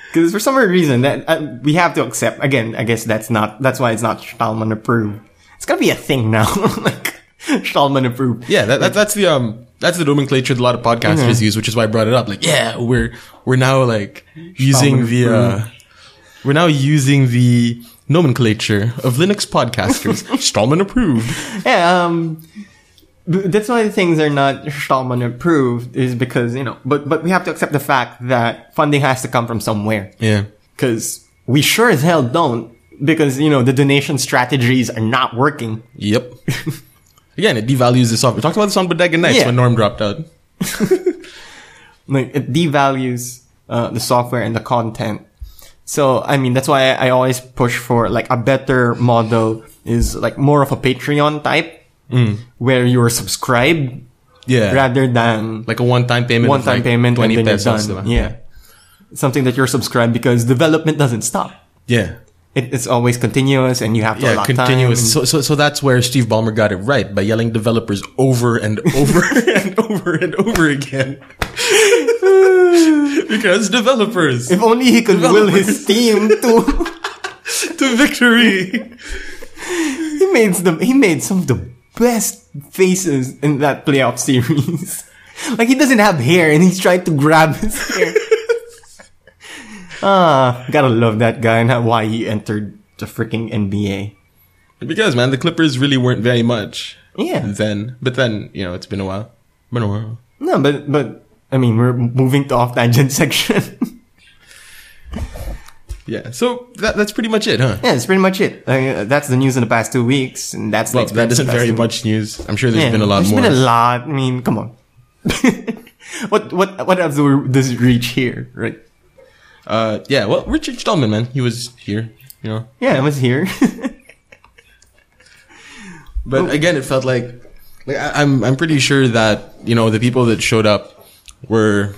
[SPEAKER 2] Because for some reason that uh, we have to accept. Again, I guess that's not. That's why it's not Stallman approved. It's gonna be a thing now. like Stallman approved.
[SPEAKER 1] yeah, that, that that's the um. That's the nomenclature that a lot of podcasters
[SPEAKER 2] Mm-hmm.
[SPEAKER 1] use, which is why I brought it up. Like, yeah, we're we're now like using the uh, we're now using the nomenclature of Linux podcasters. Stallman approved.
[SPEAKER 2] Yeah, um, b- that's why the things are not Stallman approved is because you know. But but we have to accept the fact that funding has to come from somewhere.
[SPEAKER 1] Yeah,
[SPEAKER 2] Because we sure as hell don't. Because, you know, the donation strategies are not working.
[SPEAKER 1] yep. Again, it devalues the software. We talked about this on Bodega Nights
[SPEAKER 2] Yeah.
[SPEAKER 1] when Norm dropped out.
[SPEAKER 2] Like, it devalues uh, the software and the content. So, I mean, that's why I always push for, like, a better model is, like, more of a Patreon type, where you're subscribed
[SPEAKER 1] Yeah,
[SPEAKER 2] rather than
[SPEAKER 1] like a one-time payment. of,
[SPEAKER 2] one-time
[SPEAKER 1] like,
[SPEAKER 2] payment and then you're
[SPEAKER 1] pesos,
[SPEAKER 2] done.
[SPEAKER 1] diba?
[SPEAKER 2] Yeah. Something that you're subscribed because development doesn't stop.
[SPEAKER 1] yeah,
[SPEAKER 2] It, it's always continuous and you have to
[SPEAKER 1] yeah.
[SPEAKER 2] allot time and-
[SPEAKER 1] Continuous. So, so, so that's where Steve Ballmer got it right by yelling developers over and over and over and over again. because developers
[SPEAKER 2] If only he could will his team to
[SPEAKER 1] to victory.
[SPEAKER 2] He made the he made some of the best faces in that playoff series. like he doesn't have hair and he's trying to grab his hair. ah, gotta love that guy and how, why he entered the freaking NBA.
[SPEAKER 1] Because man, the Clippers really weren't very much
[SPEAKER 2] Yeah,
[SPEAKER 1] then. But then you know, it's been a while. Been a while.
[SPEAKER 2] no, but but I mean we're moving to off tangent section.
[SPEAKER 1] Yeah. So that, that's pretty much it, huh?
[SPEAKER 2] yeah, that's pretty much it. Uh, that's the news in the past two weeks, and that's
[SPEAKER 1] Well,
[SPEAKER 2] the
[SPEAKER 1] that
[SPEAKER 2] experience
[SPEAKER 1] isn't
[SPEAKER 2] of the past
[SPEAKER 1] very
[SPEAKER 2] two
[SPEAKER 1] much news. I'm sure there's
[SPEAKER 2] Yeah,
[SPEAKER 1] been a lot more.
[SPEAKER 2] There's been a lot. I mean, come on. what what what else do we- does it reach here, right?
[SPEAKER 1] uh, yeah. Well, Richard Stallman, man, he was here. You know.
[SPEAKER 2] Yeah, I was here. Oh.
[SPEAKER 1] But again, it felt like, like I, I'm I'm pretty sure that you know the people that showed up were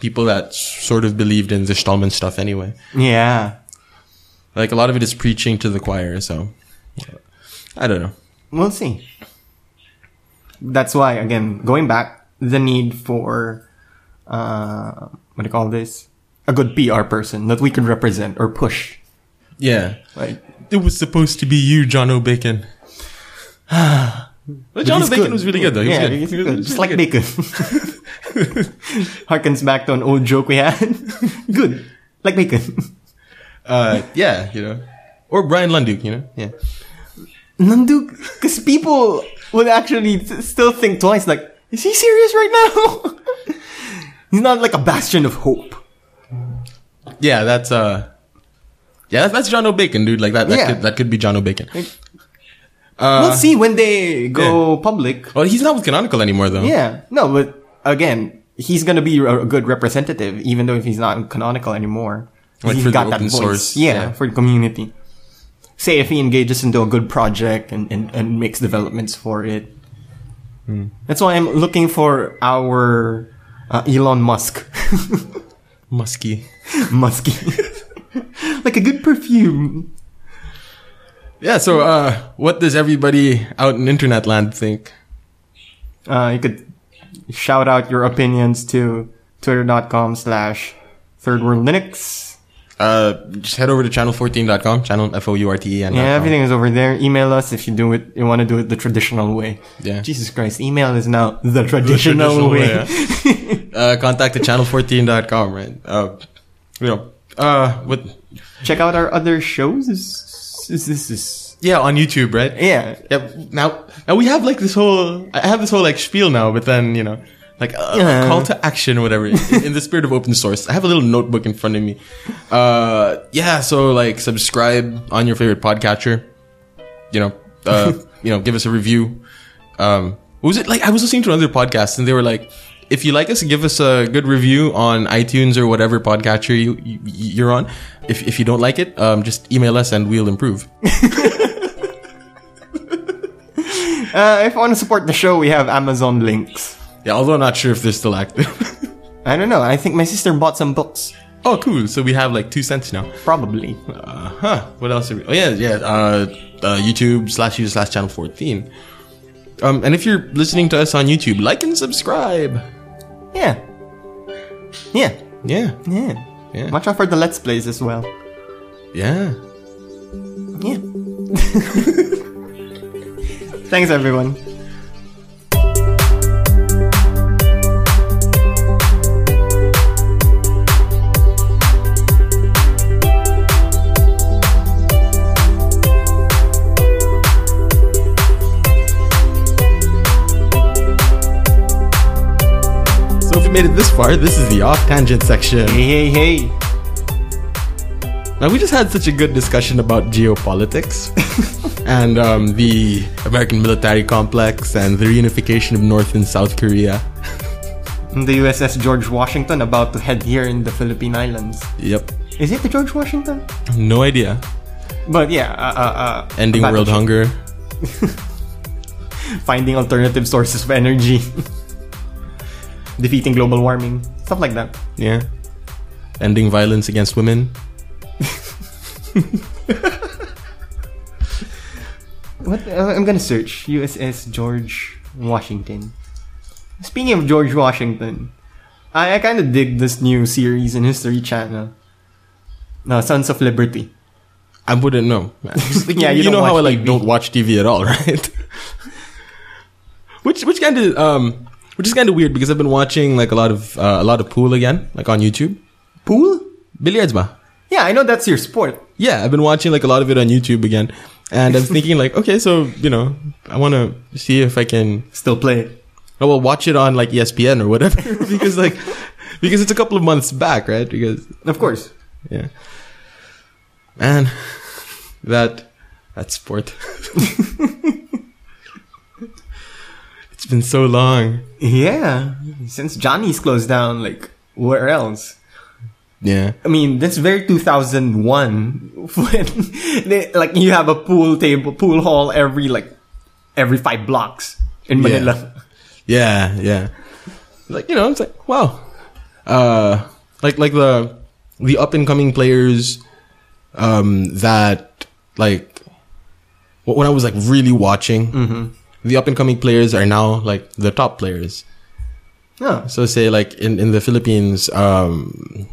[SPEAKER 1] people that sort of believed in the Stallman stuff anyway.
[SPEAKER 2] yeah.
[SPEAKER 1] Like a lot of it is preaching to the choir. So I don't know.
[SPEAKER 2] We'll see. That's why, again, going back, the need for, uh, what do you call this? A good PR person that we could represent or push.
[SPEAKER 1] Yeah.
[SPEAKER 2] Like,
[SPEAKER 1] It was supposed to be you, John O'Bacon. well, John
[SPEAKER 2] he's
[SPEAKER 1] O'Bacon
[SPEAKER 2] good.
[SPEAKER 1] was really good, though. He
[SPEAKER 2] yeah,
[SPEAKER 1] was good.
[SPEAKER 2] he's
[SPEAKER 1] He was
[SPEAKER 2] good.
[SPEAKER 1] really
[SPEAKER 2] Just like
[SPEAKER 1] good.
[SPEAKER 2] bacon. Harkens back to an old joke we had. good. Like bacon.
[SPEAKER 1] Uh, yeah, you know. Or Brian Lunduke, you know? Yeah.
[SPEAKER 2] Nanduk, because people would actually th- still think twice, like, is he serious right now? He's not like a bastion of hope.
[SPEAKER 1] Yeah, that's, uh, yeah, that's, that's John O'Bacon, dude. Like, that, that,
[SPEAKER 2] Yeah.
[SPEAKER 1] could, that could be John O'Bacon. Uh,
[SPEAKER 2] we'll
[SPEAKER 1] Uh-huh.
[SPEAKER 2] see when they go public.
[SPEAKER 1] Well, he's not with Canonical anymore, though.
[SPEAKER 2] Yeah, no, but again, he's gonna be a a good representative, even though if he's not canonical anymore. 'Cause
[SPEAKER 1] Like
[SPEAKER 2] he's
[SPEAKER 1] for the open source,
[SPEAKER 2] Yeah,
[SPEAKER 1] yeah.
[SPEAKER 2] for the community. Say if he engages into a good project and, and, and makes developments for it.
[SPEAKER 1] Hmm.
[SPEAKER 2] That's why I'm looking for our uh, Elon Musk.
[SPEAKER 1] Musky.
[SPEAKER 2] Musky. like a good perfume.
[SPEAKER 1] Yeah. So, uh, what does everybody out in internet land think?
[SPEAKER 2] Uh, you could shout out your opinions to twitter.com slash third world linux.
[SPEAKER 1] Uh, just head over to channel14.com, channel F O U R T E.
[SPEAKER 2] Yeah, everything is over there. Email us if you do it. You want to do it the traditional way.
[SPEAKER 1] Yeah.
[SPEAKER 2] Jesus Christ, email is now the traditional,
[SPEAKER 1] traditional way,
[SPEAKER 2] way.
[SPEAKER 1] Uh, contact at channel14.com, right? Uh, you know, uh, what?
[SPEAKER 2] Check out our other shows. Is, is, is, is-
[SPEAKER 1] Yeah, on YouTube, right?
[SPEAKER 2] yeah.
[SPEAKER 1] Yeah, now now we have like this whole I have this whole like spiel now, but then you know, like a a
[SPEAKER 2] Yeah.
[SPEAKER 1] call to action, whatever. in in the spirit of open source, I have a little notebook in front of me. Uh, yeah, so like subscribe on your favorite podcatcher. You know, uh, you know, give us a review. Um, what was it like? I was listening to another podcast and they were like. If you like us, give us a good review on iTunes or whatever podcatcher you, you you're on. If, if you don't like it, um, just email us and we'll improve.
[SPEAKER 2] Uh, if you want to support the show, we have Amazon links.
[SPEAKER 1] Yeah, although I'm not sure if they're still active.
[SPEAKER 2] I don't know. I think my sister bought some books.
[SPEAKER 1] Oh, cool. So we have like two cents now.
[SPEAKER 2] Probably.
[SPEAKER 1] Uh huh. What else? Are we? Oh yeah, yeah. Uh, uh, YouTube slash YouTube slash channel fourteen. Um, and if you're listening to us on YouTube, like and subscribe.
[SPEAKER 2] Yeah. Yeah.
[SPEAKER 1] Yeah,
[SPEAKER 2] Yeah.
[SPEAKER 1] Yeah.
[SPEAKER 2] Watch out for the Let's Plays as well.
[SPEAKER 1] yeah.
[SPEAKER 2] Yeah. Thanks, everyone.
[SPEAKER 1] So if you made it this far, this is the off tangent section.
[SPEAKER 2] Hey, hey, hey.
[SPEAKER 1] Now we just had such a good discussion about geopolitics and um, the American military complex and the reunification of North and South Korea.
[SPEAKER 2] I'm the USS George Washington about to head here in the Philippine Islands.
[SPEAKER 1] Yep.
[SPEAKER 2] Is it the George Washington?
[SPEAKER 1] No idea.
[SPEAKER 2] But yeah, uh, uh, uh,
[SPEAKER 1] Ending
[SPEAKER 2] about
[SPEAKER 1] world hunger.
[SPEAKER 2] uh, Finding alternative sources of energy. Defeating global warming. Stuff like that.
[SPEAKER 1] Yeah. Ending violence against women.
[SPEAKER 2] What uh, I'm gonna search USS George Washington. Speaking of George Washington, I, I kind of dig this new series in History Channel. No, Sons of Liberty.
[SPEAKER 1] I wouldn't know. Like,
[SPEAKER 2] Yeah, you
[SPEAKER 1] you,
[SPEAKER 2] don't
[SPEAKER 1] know how I
[SPEAKER 2] watch
[SPEAKER 1] like
[SPEAKER 2] TV.
[SPEAKER 1] don't watch TV at all, right? which which kind of um which is kind of weird because I've been watching like a lot of uh, a lot of pool again, like on YouTube.
[SPEAKER 2] Pool?
[SPEAKER 1] Billiards ba?
[SPEAKER 2] Yeah, I know that's your sport.
[SPEAKER 1] Yeah, I've been watching like a lot of it on YouTube again, and I'm thinking like, okay, so you know, I want to see if I can
[SPEAKER 2] Still play it.
[SPEAKER 1] Oh well, watch it on like ESPN or whatever because like because it's a couple of months back, right? Because
[SPEAKER 2] Of course.
[SPEAKER 1] yeah, man, that that sport. it's been so long.
[SPEAKER 2] Yeah, since Johnny's closed down, like where else?
[SPEAKER 1] Yeah,
[SPEAKER 2] I mean, that's very 2001 when they, like you have a pool table, pool hall every like every five blocks in
[SPEAKER 1] Yeah.
[SPEAKER 2] Manila.
[SPEAKER 1] yeah, yeah. Like you know, it's like wow, uh, like like the the up and coming players um, that like wh- when I was like really watching. The up and coming players are now like the top players.
[SPEAKER 2] Yeah.
[SPEAKER 1] So say like in, in the Philippines, um,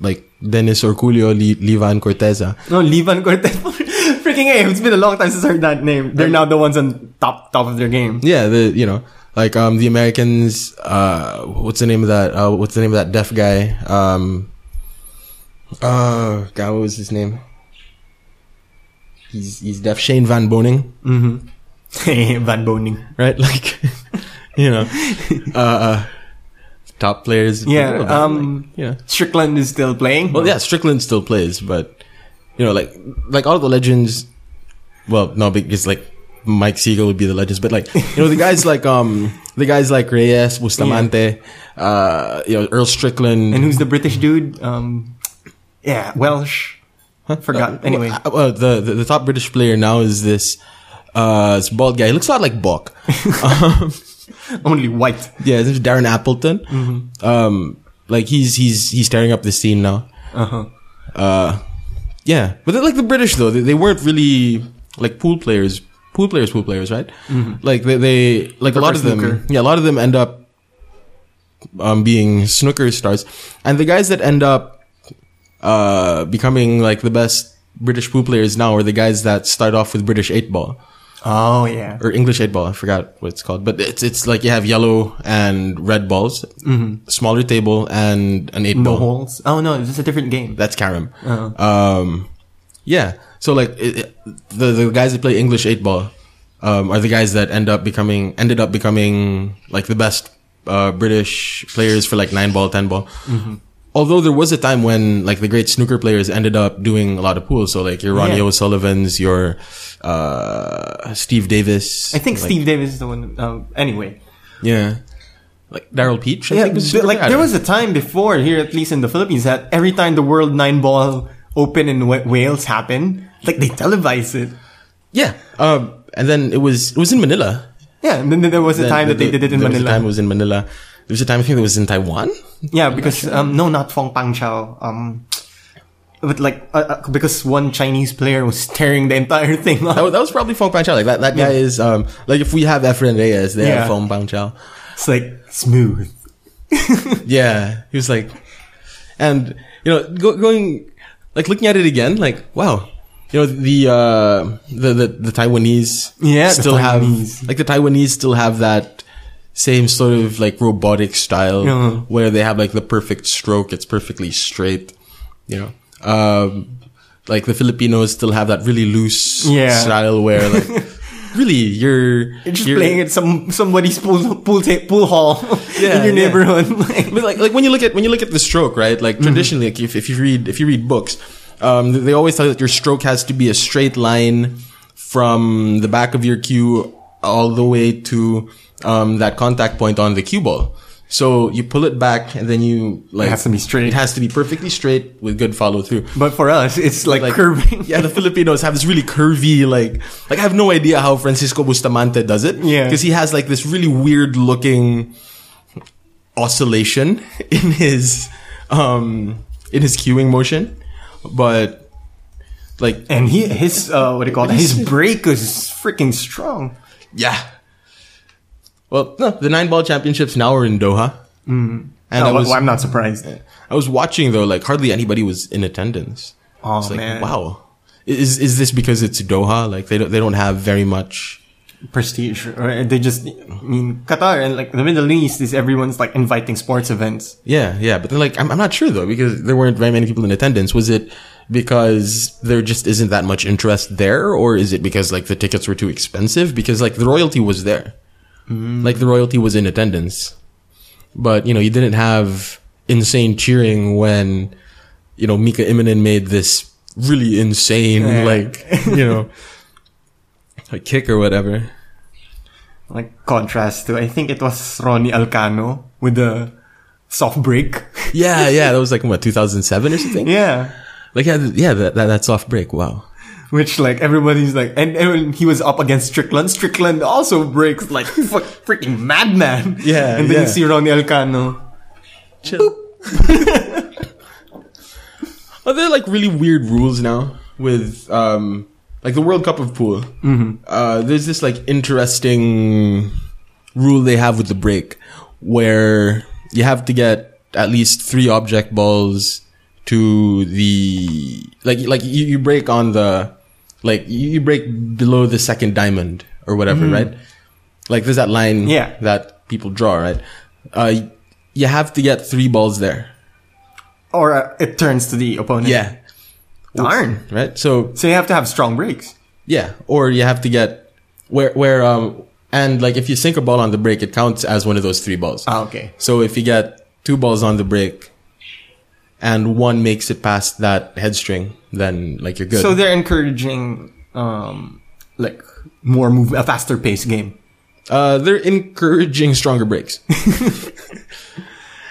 [SPEAKER 1] like Dennis Orculio, Li- Livan Corteza.
[SPEAKER 2] No, Levan Cortez. Freaking A, it's been a long time since I heard that name. They're now the ones on top top of their game.
[SPEAKER 1] Yeah, the you know like um the Americans. Uh, what's the name of that? Uh, what's the name of that deaf guy? Um, uh, God, what was his name? He's he's deaf. Shane Van Boning,
[SPEAKER 2] Mm-hmm. Van Boning.
[SPEAKER 1] right? Like, you know, uh, uh, top players.
[SPEAKER 2] Yeah,
[SPEAKER 1] Oh, Like,
[SPEAKER 2] um,
[SPEAKER 1] you know.
[SPEAKER 2] Strickland is still playing.
[SPEAKER 1] Well, yeah, Strickland still plays, but you know, like like all the legends. Well, no, because like Mike Siegel would be the legends, but like you know the guys like um the guys like Reyes, Bustamante, uh, you know Earl Strickland.
[SPEAKER 2] And who's the British dude? Um, yeah, Welsh. Forgot. anyway,
[SPEAKER 1] Uh, well, the, the the top British player now is this uh this bald guy. He looks a lot like Bok. um,
[SPEAKER 2] Only white.
[SPEAKER 1] Yeah, this is Darren Appleton.
[SPEAKER 2] Mm-hmm.
[SPEAKER 1] Um, like he's he's he's tearing up the scene now.
[SPEAKER 2] Uh-huh.
[SPEAKER 1] Uh, yeah, but they're like the British though, they, they weren't really like pool players, pool players, pool players, right? Like they, they like a lot of them.
[SPEAKER 2] snooker.
[SPEAKER 1] Yeah, a lot of them end up um, being snooker stars, and the guys that end up uh, becoming like the best British pool players now are the guys that start off with British eight ball
[SPEAKER 2] Oh yeah.
[SPEAKER 1] or English eight ball. I forgot what it's called, but it's it's like you have yellow and red balls, smaller table and an eight
[SPEAKER 2] No
[SPEAKER 1] ball.
[SPEAKER 2] holes. Oh no, it's just a different game.
[SPEAKER 1] That's carom.
[SPEAKER 2] Uh-huh.
[SPEAKER 1] Um, yeah. So like it, it- the the guys that play English eight ball um, are the guys that end up becoming ended up becoming like the best uh, British players for like nine ball, ten ball.
[SPEAKER 2] Mm-hmm.
[SPEAKER 1] Although there was a time when like the great snooker players ended up doing a lot of pools. So like your Ronnie
[SPEAKER 2] Yeah.
[SPEAKER 1] O'Sullivan's, your uh, Steve Davis.
[SPEAKER 2] I think
[SPEAKER 1] like-
[SPEAKER 2] Steve Davis is the one. Um, anyway,
[SPEAKER 1] yeah. Like Daryl Peach, I
[SPEAKER 2] yeah,
[SPEAKER 1] think was
[SPEAKER 2] but,
[SPEAKER 1] super
[SPEAKER 2] like
[SPEAKER 1] bad.
[SPEAKER 2] there was a time before here, at least in the Philippines, that every time the World Nine Ball Open in Wa- Wales happened, like they televised it.
[SPEAKER 1] yeah, um, and then it was it was in Manila.
[SPEAKER 2] Yeah, and then there was a
[SPEAKER 1] Then
[SPEAKER 2] time
[SPEAKER 1] the-
[SPEAKER 2] that they
[SPEAKER 1] the-
[SPEAKER 2] did it in
[SPEAKER 1] there was a
[SPEAKER 2] Manila.
[SPEAKER 1] time it was in Manila. There was a time I think it was in Taiwan.
[SPEAKER 2] Yeah, because um, no, not Fong Pang Chao. Um, but like uh, uh, because one Chinese player was tearing the entire thing
[SPEAKER 1] That
[SPEAKER 2] up.
[SPEAKER 1] was, that was probably Fong Pang Chao. Like that, that guy is um like if we have Efren Reyes, they
[SPEAKER 2] Yeah.
[SPEAKER 1] have Fong Pang Chao.
[SPEAKER 2] It's like smooth.
[SPEAKER 1] Yeah, he was like, and you know, go, going like looking at it again, like wow, you know the uh the the, the Taiwanese
[SPEAKER 2] Yeah, the
[SPEAKER 1] still
[SPEAKER 2] Taiwanese.
[SPEAKER 1] have like the Taiwanese still have that same sort of like robotic style
[SPEAKER 2] Yeah.
[SPEAKER 1] where they have like the perfect stroke, it's perfectly straight, you know. Um, like the Filipinos still have that really loose
[SPEAKER 2] Yeah.
[SPEAKER 1] style where like really you're
[SPEAKER 2] You're just
[SPEAKER 1] you're-
[SPEAKER 2] playing at some somebody's pool pool ta- pool hall in
[SPEAKER 1] Yeah,
[SPEAKER 2] your
[SPEAKER 1] yeah.
[SPEAKER 2] neighborhood.
[SPEAKER 1] But like, like when you look at when you look at the stroke, right? Like
[SPEAKER 2] Mm-hmm.
[SPEAKER 1] traditionally, like if, if you read if you read books, um, th- they always tell you that your stroke has to be a straight line from the back of your cue all the way to um, that contact point on the cue ball. So you pull it back, and then you like
[SPEAKER 2] has to be straight.
[SPEAKER 1] It has to be perfectly straight with good follow through.
[SPEAKER 2] but for us, it's like, curving.
[SPEAKER 1] Yeah, the Filipinos have this really curvy, like, like I have no idea how Francisco Bustamante does it.
[SPEAKER 2] Yeah.
[SPEAKER 1] because he has like this really weird looking oscillation in his, um, in his cueing motion, but like,
[SPEAKER 2] And he his uh, what do you call it? His break is freaking strong.
[SPEAKER 1] yeah. Well, no, the nine ball championships now are in Doha, mm. and I
[SPEAKER 2] No,
[SPEAKER 1] was
[SPEAKER 2] I'm not surprised.
[SPEAKER 1] I was watching though, like hardly anybody was in attendance.
[SPEAKER 2] Oh,
[SPEAKER 1] It's like,
[SPEAKER 2] man.
[SPEAKER 1] wow. Is is this because it's Doha? Like they don't they don't have very much
[SPEAKER 2] Prestige. Or they just I mean Qatar and like the Middle East is everyone's like inviting sports events.
[SPEAKER 1] Yeah, yeah, but then like I'm, I'm not sure though because there weren't very many people in attendance. Was it because there just isn't that much interest there, or is it because like the tickets were too expensive? Because like the royalty was there, like the royalty was in attendance, but you know you didn't have insane cheering when you know Mika Immonen made this really insane
[SPEAKER 2] Yeah.
[SPEAKER 1] like you know a kick or whatever.
[SPEAKER 2] Like contrast to I think it was Ronnie Alcano with the soft break.
[SPEAKER 1] Yeah, yeah, that was like what 2007 or something.
[SPEAKER 2] yeah.
[SPEAKER 1] Like yeah, th- yeah, that, that that soft break. Wow.
[SPEAKER 2] Which like everybody's like, and, and when he was up against Strickland. Strickland also breaks like fuck, freaking madman.
[SPEAKER 1] Yeah,
[SPEAKER 2] and then you
[SPEAKER 1] yeah.
[SPEAKER 2] see Ronnie Elcano.
[SPEAKER 1] Are there like really weird rules now with um like the World Cup of pool? Mm-hmm. Uh, there's this like interesting rule they have with the break where you have to get at least three object balls to the like like you, you break on the like you you break below the second diamond or whatever, right? Like there's that line
[SPEAKER 2] Yeah.
[SPEAKER 1] that people draw, right? Uh, you have to get three balls there.
[SPEAKER 2] Or uh, it turns to the opponent.
[SPEAKER 1] Yeah.
[SPEAKER 2] Darn.
[SPEAKER 1] Right? So
[SPEAKER 2] So you have to have strong breaks.
[SPEAKER 1] Yeah, or you have to get where where um and like if you sink a ball on the break, it counts as one of those three balls.
[SPEAKER 2] Ah, okay.
[SPEAKER 1] So if you get two balls on the break, and one makes it past that head string, then like you're good.
[SPEAKER 2] So they're encouraging, um, like more move, a faster paced game.
[SPEAKER 1] uh, they're encouraging stronger breaks.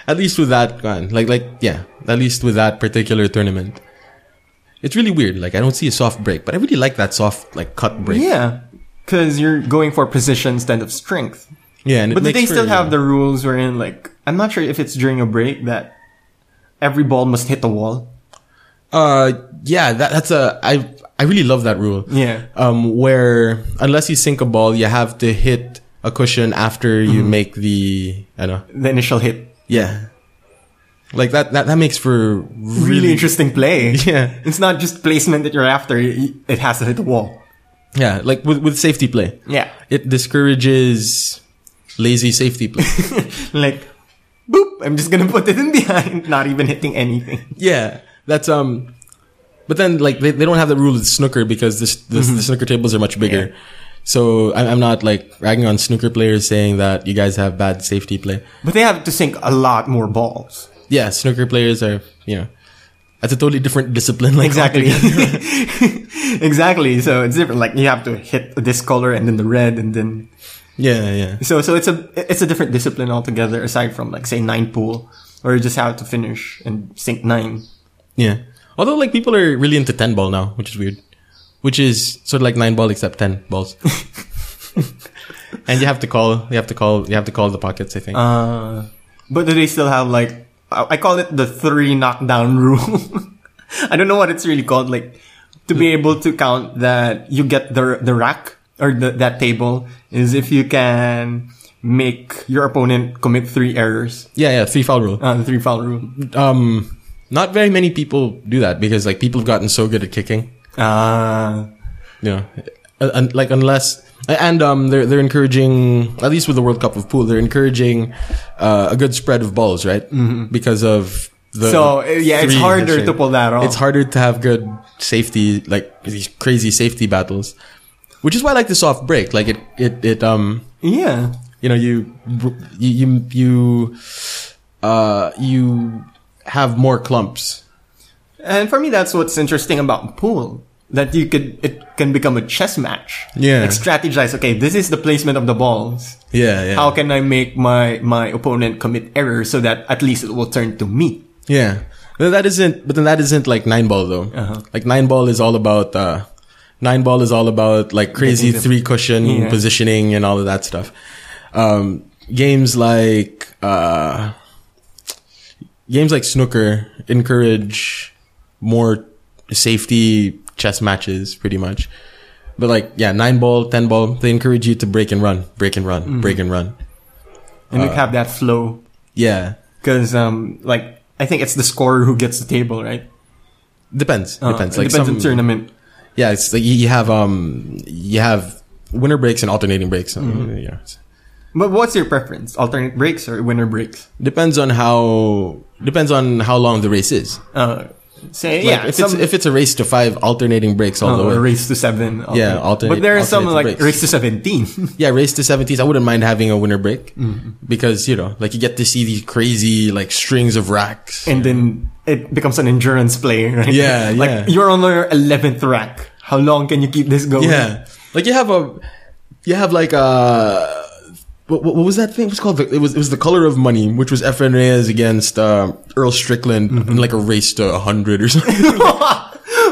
[SPEAKER 1] at least with that one, like like yeah, at least with that particular tournament. It's really weird. Like I don't see a soft break, but I really like that soft like cut break.
[SPEAKER 2] Yeah. Cause you're going for position instead of strength.
[SPEAKER 1] Yeah, and it
[SPEAKER 2] But did
[SPEAKER 1] makes
[SPEAKER 2] they
[SPEAKER 1] for-
[SPEAKER 2] still have the rules wherein like I'm not sure if it's during a break that every ball must hit the wall.
[SPEAKER 1] Uh, yeah, that, that's a I I really love that rule.
[SPEAKER 2] Yeah.
[SPEAKER 1] Um, where unless you sink a ball, you have to hit a cushion after you
[SPEAKER 2] Mm-hmm.
[SPEAKER 1] make the I know.
[SPEAKER 2] The initial hit.
[SPEAKER 1] Yeah. Like that that that makes for
[SPEAKER 2] Really,
[SPEAKER 1] really,
[SPEAKER 2] interesting play.
[SPEAKER 1] Yeah.
[SPEAKER 2] It's not just placement that you're after. It it has to hit the wall.
[SPEAKER 1] yeah, like with with safety play.
[SPEAKER 2] Yeah.
[SPEAKER 1] It discourages lazy safety play.
[SPEAKER 2] like boop, I'm just gonna put it in behind, not even hitting anything.
[SPEAKER 1] yeah. That's um but then like they, they don't have the rule of snooker because this, this
[SPEAKER 2] Mm-hmm.
[SPEAKER 1] the snooker tables are much bigger. So I'm, I'm not like ragging on snooker players saying that you guys have bad safety play.
[SPEAKER 2] But they have to sink a lot more balls.
[SPEAKER 1] yeah, snooker players are, you know, that's a totally different discipline. Like
[SPEAKER 2] Exactly.
[SPEAKER 1] altogether.
[SPEAKER 2] exactly. So it's different. Like you have to hit this color and then the red and then
[SPEAKER 1] yeah, yeah.
[SPEAKER 2] so so it's a it's a different discipline altogether aside from like say nine pool or you just have to finish and sink nine.
[SPEAKER 1] Yeah. Although, like, people are really into 10 ball now, which is weird. Which is sort of like 9 ball except 10 balls. and you have to call, you have to call, you have to call the pockets, I think.
[SPEAKER 2] Uh, but do they still have like I I call it the three knockdown rule. I don't know what it's really called. Like to be able to count that you get the the rack or the, that table is if you can make your opponent commit three errors.
[SPEAKER 1] yeah, yeah, three foul rule.
[SPEAKER 2] Uh, the three foul rule.
[SPEAKER 1] Um, not very many people do that because, like, people have gotten so good at kicking.
[SPEAKER 2] Uh,
[SPEAKER 1] you know, uh, un- like unless and um they're they're encouraging at least with the World Cup of pool they're encouraging uh, a good spread of balls right mm-hmm. because of the
[SPEAKER 2] So, uh, yeah, it's
[SPEAKER 1] three
[SPEAKER 2] harder
[SPEAKER 1] history.
[SPEAKER 2] to pull that off.
[SPEAKER 1] It's harder to have good safety like these crazy safety battles, which is why I like the soft break. Like it it it um
[SPEAKER 2] yeah.
[SPEAKER 1] you know you you you you, uh, you have more clumps.
[SPEAKER 2] And for me, that's what's interesting about pool. That you could, it can become a chess match.
[SPEAKER 1] Yeah.
[SPEAKER 2] Like strategize, okay, this is the placement of the balls.
[SPEAKER 1] Yeah, yeah,
[SPEAKER 2] how can I make my my opponent commit errors so that at least it will turn to me?
[SPEAKER 1] Yeah. But that isn't, but then that isn't like nine ball though.
[SPEAKER 2] Uh-huh.
[SPEAKER 1] Like nine ball is all about, uh, nine ball is all about like crazy
[SPEAKER 2] Getting the-
[SPEAKER 1] three cushion
[SPEAKER 2] Yeah.
[SPEAKER 1] positioning and all of that stuff. Um, games like, uh, games like snooker encourage more safety chess matches pretty much. But like, yeah, nine ball, ten ball, they encourage you to break and run, break and run,
[SPEAKER 2] Mm-hmm.
[SPEAKER 1] break and run.
[SPEAKER 2] And
[SPEAKER 1] Uh.
[SPEAKER 2] you have that flow
[SPEAKER 1] Yeah.
[SPEAKER 2] because um like I think it's the scorer who gets the table, right?
[SPEAKER 1] Depends.
[SPEAKER 2] Uh,
[SPEAKER 1] depends.
[SPEAKER 2] it
[SPEAKER 1] Like
[SPEAKER 2] depends
[SPEAKER 1] some,
[SPEAKER 2] on tournament.
[SPEAKER 1] Yeah, it's like you- you have um you have winter breaks and alternating breaks.
[SPEAKER 2] Mm-hmm.
[SPEAKER 1] Um, yeah. It's-
[SPEAKER 2] But what's your preference? Alternate breaks or winter breaks?
[SPEAKER 1] Depends on how depends on how long the race is.
[SPEAKER 2] Uh, say
[SPEAKER 1] Like,
[SPEAKER 2] yeah,
[SPEAKER 1] if
[SPEAKER 2] some,
[SPEAKER 1] it's if it's a race to five, alternating breaks all
[SPEAKER 2] uh,
[SPEAKER 1] the way.
[SPEAKER 2] race to seven. alternate.
[SPEAKER 1] alternate-
[SPEAKER 2] but there are some
[SPEAKER 1] alternate
[SPEAKER 2] like
[SPEAKER 1] breaks.
[SPEAKER 2] race to seventeen.
[SPEAKER 1] yeah, race to seventies. I wouldn't mind having a winter break
[SPEAKER 2] Mm-hmm.
[SPEAKER 1] because you know, like you get to see these crazy like strings of racks.
[SPEAKER 2] and then it becomes an endurance play, right?
[SPEAKER 1] Yeah,
[SPEAKER 2] like
[SPEAKER 1] yeah.
[SPEAKER 2] you're on your eleventh rack. How long can you keep this going?
[SPEAKER 1] yeah, like you have a you have like a. What, what what was that thing? It was called the, it was it was the color of money, which was FN Reyes against uh, Earl Strickland
[SPEAKER 2] Mm-hmm.
[SPEAKER 1] in like a race to hundred or something.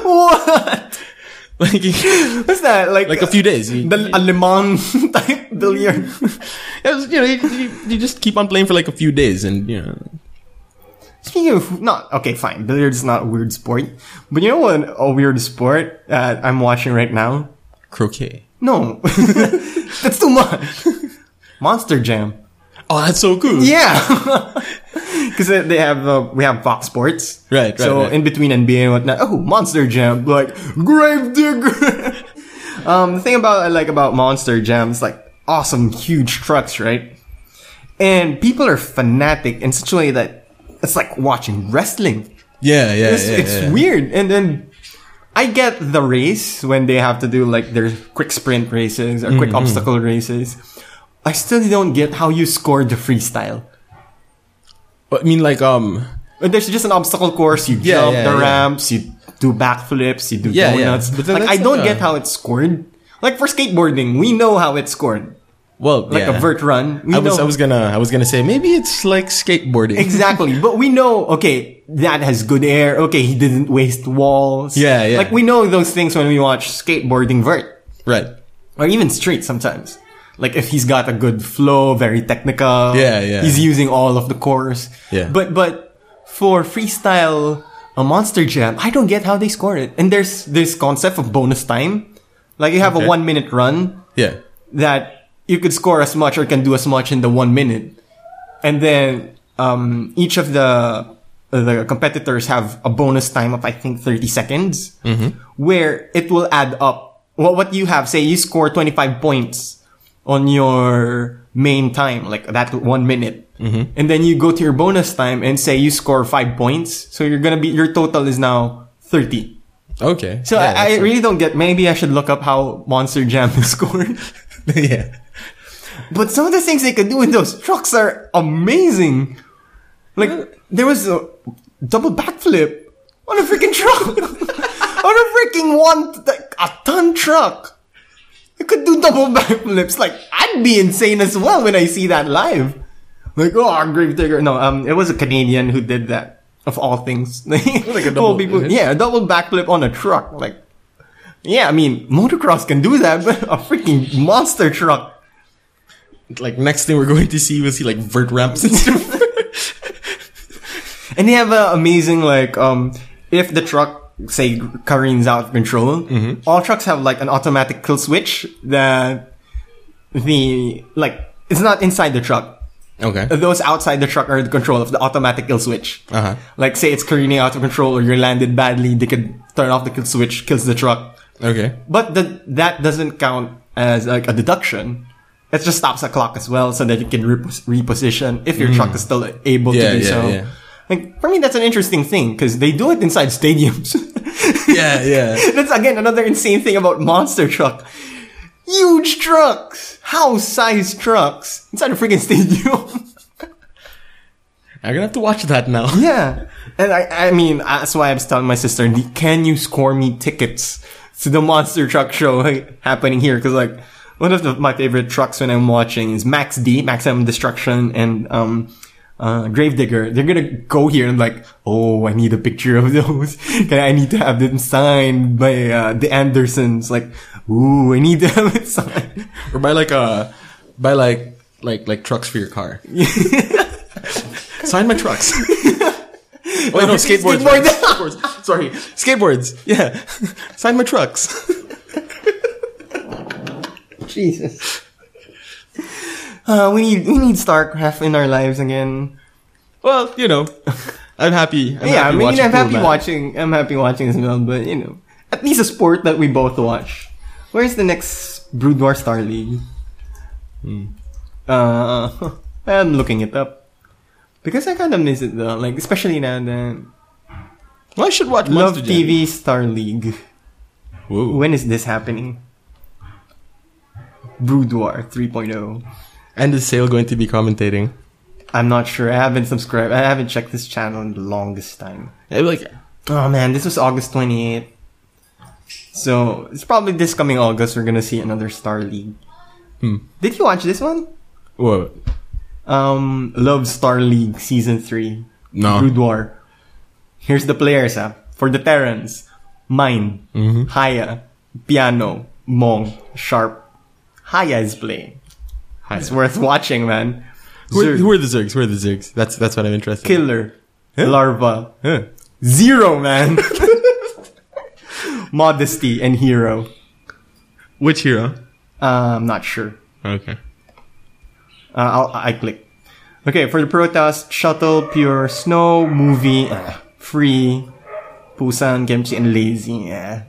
[SPEAKER 2] what?
[SPEAKER 1] like
[SPEAKER 2] What's that? Like
[SPEAKER 1] like a few days. You,
[SPEAKER 2] The a lemon type billiard.
[SPEAKER 1] it was- you know, you, you, you just keep on playing for like a few days, and you know,
[SPEAKER 2] Speaking of not okay, fine. Billiard's not a weird sport, but you know what? A weird sport that I'm watching right now.
[SPEAKER 1] croquet.
[SPEAKER 2] No, that's too much. Monster Jam.
[SPEAKER 1] Oh, that's so cool.
[SPEAKER 2] Yeah, because they have uh, we have Fox Sports.
[SPEAKER 1] Right, right,
[SPEAKER 2] So
[SPEAKER 1] right.
[SPEAKER 2] in between NBA and whatnot. Oh, Monster Jam, like Grave Digger. um, the thing about I like about Monster Jam is like awesome huge trucks, right? And people are fanatic in such a way that it's like watching wrestling.
[SPEAKER 1] yeah, yeah.
[SPEAKER 2] It's,
[SPEAKER 1] yeah,
[SPEAKER 2] it's
[SPEAKER 1] yeah.
[SPEAKER 2] weird. And then I get the race when they have to do like their quick sprint races or quick
[SPEAKER 1] Mm-hmm.
[SPEAKER 2] obstacle races. I still don't get how you score the freestyle.
[SPEAKER 1] But I mean, like, um,
[SPEAKER 2] But there's just an obstacle course. You
[SPEAKER 1] Yeah,
[SPEAKER 2] jump
[SPEAKER 1] yeah,
[SPEAKER 2] the
[SPEAKER 1] yeah.
[SPEAKER 2] ramps. You do backflips. You do
[SPEAKER 1] Yeah, yeah.
[SPEAKER 2] donuts.
[SPEAKER 1] But then
[SPEAKER 2] Like I
[SPEAKER 1] that's
[SPEAKER 2] don't
[SPEAKER 1] not a-
[SPEAKER 2] get how it's scored. Like for skateboarding, we know how it's scored.
[SPEAKER 1] well,
[SPEAKER 2] Like
[SPEAKER 1] yeah.
[SPEAKER 2] a vert run. We
[SPEAKER 1] I was,
[SPEAKER 2] know
[SPEAKER 1] I was gonna, I was gonna say maybe it's like skateboarding.
[SPEAKER 2] exactly. But we know okay that has good air. Okay, he didn't waste walls.
[SPEAKER 1] Yeah, yeah.
[SPEAKER 2] Like we know those things when we watch skateboarding vert
[SPEAKER 1] Right.
[SPEAKER 2] or even street sometimes. Like if he's got a good flow, very technical.
[SPEAKER 1] Yeah, yeah.
[SPEAKER 2] He's using all of the cores.
[SPEAKER 1] Yeah.
[SPEAKER 2] But but for freestyle, a monster jam, I don't get how they score it. And there's this concept of bonus time. Like you have
[SPEAKER 1] Okay.
[SPEAKER 2] a one minute run
[SPEAKER 1] Yeah.
[SPEAKER 2] that you could score as much or can do as much in the one minute. And then um, each of the the competitors have a bonus time of I think 30 seconds where it will add up. What what you have, say you score 25 points on your main time, like that one minute. And then you go to your bonus time and say you score five points. So you're gonna be, your total is now 30.
[SPEAKER 1] Okay.
[SPEAKER 2] So
[SPEAKER 1] yeah,
[SPEAKER 2] I, I
[SPEAKER 1] that's-
[SPEAKER 2] really don't get, maybe I should look up how Monster Jam is scored.
[SPEAKER 1] yeah.
[SPEAKER 2] But some of the things they could do in those trucks are amazing. Like there was a double backflip on a freaking truck, on a freaking one like, a ton truck. You could do double backflips. Like I'd be insane as well when I see that live. Like oh, grave digger. No, um, it was a Canadian who did that of all things. like a
[SPEAKER 1] double-
[SPEAKER 2] people, yeah, a double backflip on a truck. Like yeah, I mean motocross can do that, but a freaking monster truck.
[SPEAKER 1] Like next thing we're going to see, we'll see like vert ramps and stuff.
[SPEAKER 2] And they have an amazing like um if the truck say careens out of control, all trucks have like an automatic kill switch that the like it's not inside the truck.
[SPEAKER 1] okay.
[SPEAKER 2] Those outside the truck are in control of the automatic kill switch.
[SPEAKER 1] Uh-huh.
[SPEAKER 2] Like say it's careening out of control or you're landed badly, they could turn off the kill switch, kills the truck.
[SPEAKER 1] Okay.
[SPEAKER 2] But the, that doesn't count as like a deduction. It just stops the clock as well, so that you can repos- reposition if your truck is still able
[SPEAKER 1] Mm.
[SPEAKER 2] to
[SPEAKER 1] Yeah,
[SPEAKER 2] do
[SPEAKER 1] yeah,
[SPEAKER 2] so.
[SPEAKER 1] yeah.
[SPEAKER 2] Like for me, that's an interesting thing because they do it inside stadiums.
[SPEAKER 1] Yeah, yeah.
[SPEAKER 2] that's again another insane thing about monster truck. Huge trucks, house sized trucks inside a freaking stadium.
[SPEAKER 1] I'm gonna have to watch that now.
[SPEAKER 2] Yeah. And I, I mean, that's why I was telling my sister, "D- can you score me tickets to the monster truck show like, happening here? Cause like, one of the, my favorite trucks when I'm watching is Max D, Maximum Destruction and, um, uh, Gravedigger. They're gonna go here and like, oh, I need a picture of those. Can I need to have them signed by, uh, the Andersons? Like, ooh, I need to have it signed.
[SPEAKER 1] Or buy like a, buy like like like trucks for your car. Sign my trucks. oh no, skateboards.
[SPEAKER 2] Skateboard.
[SPEAKER 1] skateboards. Sorry, skateboards. Yeah, sign my trucks.
[SPEAKER 2] Jesus. Uh, we need, we need StarCraft in our lives again.
[SPEAKER 1] Well, you know, I'm happy. I'm
[SPEAKER 2] yeah, I mean,
[SPEAKER 1] watching
[SPEAKER 2] I'm happy
[SPEAKER 1] Cool Man.
[SPEAKER 2] watching. I'm happy watching as well, but you know, at least a sport that we both watch. Where's the next Brood War Star League?
[SPEAKER 1] Hmm.
[SPEAKER 2] Uh, I'm looking it up because I kind of miss it though. Like especially now that
[SPEAKER 1] Well, I should watch
[SPEAKER 2] Love
[SPEAKER 1] Monster Jam.
[SPEAKER 2] TV Star League.
[SPEAKER 1] Whoa.
[SPEAKER 2] When is this happening? Brood War 3.0.
[SPEAKER 1] And is Sale going to be commentating?
[SPEAKER 2] oh. I'm not sure. I haven't subscribed. I haven't checked this channel in the longest time.
[SPEAKER 1] Yeah, like,
[SPEAKER 2] Oh man, this was August 28th. So, it's probably this coming August we're gonna see another Star League.
[SPEAKER 1] Hmm.
[SPEAKER 2] Did you watch this one?
[SPEAKER 1] whoa,
[SPEAKER 2] Um, Love Star League Season 3.
[SPEAKER 1] no.
[SPEAKER 2] Brood War. Here's the players, ah. For the Terrans. Mine.
[SPEAKER 1] Mm-hmm.
[SPEAKER 2] Haya. Piano. Mong. Sharp. Haya is playing.
[SPEAKER 1] Hi.
[SPEAKER 2] It's worth watching, man.
[SPEAKER 1] Who are,
[SPEAKER 2] Zerg,
[SPEAKER 1] who are the Zergs? Who are the Zergs? That's that's what I'm interested. in.
[SPEAKER 2] Killer. Larva.
[SPEAKER 1] Huh.
[SPEAKER 2] Zero, man. Modesty and hero.
[SPEAKER 1] Which hero?
[SPEAKER 2] Uh, I'm not sure.
[SPEAKER 1] Okay.
[SPEAKER 2] Uh, I'll, I click. Okay, for the Protoss, Shuttle, Pure, Snow, Movie, uh, Free, Busan, Kimchi, and Lazy. Yeah.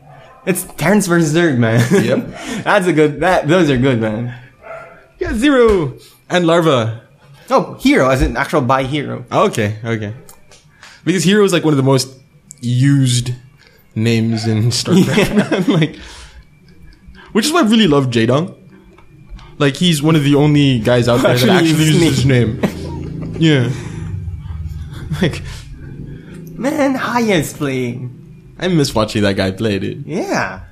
[SPEAKER 2] It's Terrence versus Zerg, man.
[SPEAKER 1] Yep.
[SPEAKER 2] That's a good, that, those are good, man.
[SPEAKER 1] Yeah, zero and larva.
[SPEAKER 2] Oh, hero, as in actual by hero.
[SPEAKER 1] Oh, Okay, okay. Because hero is like one of the most used names in StarCraft. like, which is why I really love Jadong. Like he's one of the only guys out there that
[SPEAKER 2] Actually,
[SPEAKER 1] actually
[SPEAKER 2] it's
[SPEAKER 1] uses his name. yeah. Like,
[SPEAKER 2] Man, Haya is playing.
[SPEAKER 1] I miss watching that guy play, dude.
[SPEAKER 2] Yeah.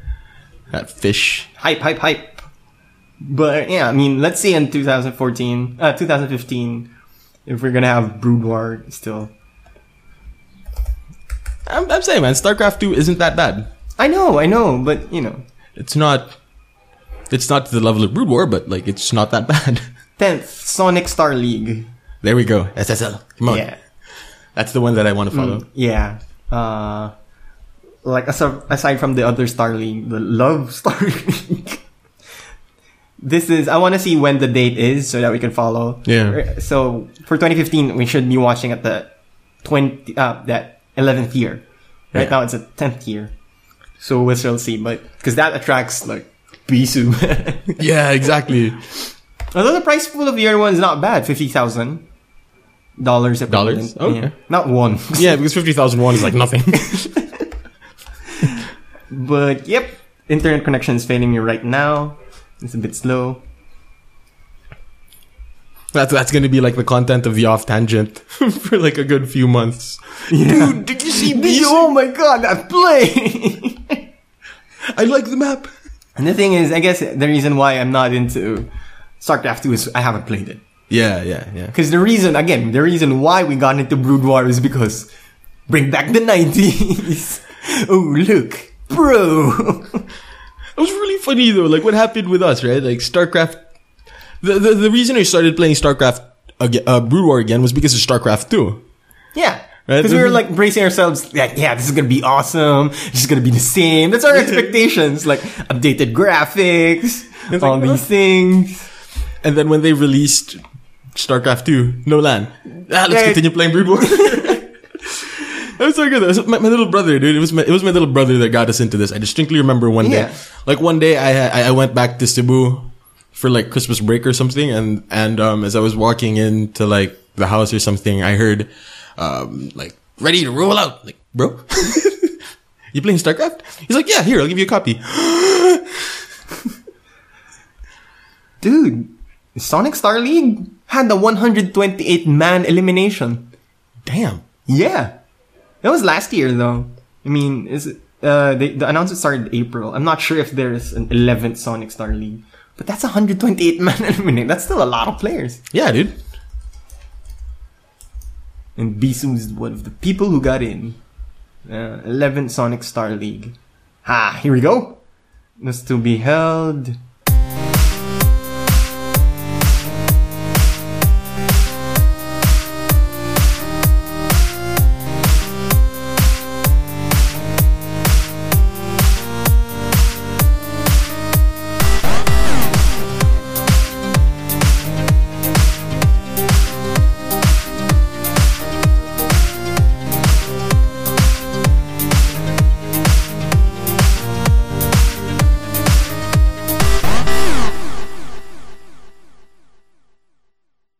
[SPEAKER 1] That fish.
[SPEAKER 2] hype, hype, hype. But yeah, I mean, let's see in 2014, uh, 2015, if we're gonna have Brood War still.
[SPEAKER 1] I'm, I'm saying, man, StarCraft 2 isn't that bad.
[SPEAKER 2] I know, I know, but you know,
[SPEAKER 1] It's not. It's not to the level of Brood War, but like it's not that bad.
[SPEAKER 2] Tenth, Sonic Star League.
[SPEAKER 1] there we go. SSL. Come on.
[SPEAKER 2] Yeah.
[SPEAKER 1] That's the one that I want to follow.
[SPEAKER 2] Yeah. Uh, like aside, aside from the other Starlink, the Love Starlink. this is I want to see when the date is so that we can follow. Uh,
[SPEAKER 1] Yeah.
[SPEAKER 2] So for 2015, we should be watching at the 20 uh, that 11th year. Right
[SPEAKER 1] Yeah.
[SPEAKER 2] now it's the 10th year. So we shall see, but because that attracts like Bisu.
[SPEAKER 1] Yeah, exactly.
[SPEAKER 2] Although the price pool of year one is not bad, fifty thousand dollars.
[SPEAKER 1] Dollars? Okay.
[SPEAKER 2] Not one.
[SPEAKER 1] yeah, because 50,000 won is like nothing.
[SPEAKER 2] But yep, internet connection is failing me right now. It's a bit slow.
[SPEAKER 1] that's that's going to be like the content of the off tangent for like a good few months. Dude, did you see
[SPEAKER 2] Dude,
[SPEAKER 1] this?
[SPEAKER 2] oh my god, that play!
[SPEAKER 1] I like the map.
[SPEAKER 2] and the thing is, I guess the reason why I'm not into StarCraft 2 is I haven't played it.
[SPEAKER 1] Yeah, yeah, yeah.
[SPEAKER 2] Because the reason, again, the reason why we got into Brood War is because bring back the 90s! oh, look! Bro!
[SPEAKER 1] It was really funny though. Like what happened with us, right? Like StarCraft. The the, the reason I started playing StarCraft again, uh, Brood War again was because of StarCraft Two.
[SPEAKER 2] yeah.
[SPEAKER 1] Right?
[SPEAKER 2] Because we were like bracing ourselves, like, yeah, this is gonna be awesome. This is gonna be the same. That's our expectations. Like, updated graphics,
[SPEAKER 1] It's like, uh,
[SPEAKER 2] all
[SPEAKER 1] huh?
[SPEAKER 2] these things.
[SPEAKER 1] And then when they released StarCraft 2, no land. Ah, let's
[SPEAKER 2] Yeah.
[SPEAKER 1] continue playing Brood War. that was so good. That was my, my little brother, dude. It was my, it was my little brother that got us into this. I distinctly remember one
[SPEAKER 2] Yeah.
[SPEAKER 1] day, like one day, I I- I went back to Cebu for like Christmas break or something, and and um, as I was walking into like the house or something, I heard um, like ready to roll out, like bro. You playing StarCraft? He's like, yeah, here, I'll give you a copy.
[SPEAKER 2] Dude, Sonic Star League had a 128 man elimination.
[SPEAKER 1] Damn.
[SPEAKER 2] Yeah. That was last year though. I mean, is it, uh they, the announcement started April. I'm not sure if there's an 11th Sonic Star League, but that's 128 man elimination. That's still a lot of players.
[SPEAKER 1] Yeah, dude.
[SPEAKER 2] And Bisu is one of the people who got in. Uh, 11th Sonic Star League. Ah, here we go. This to be held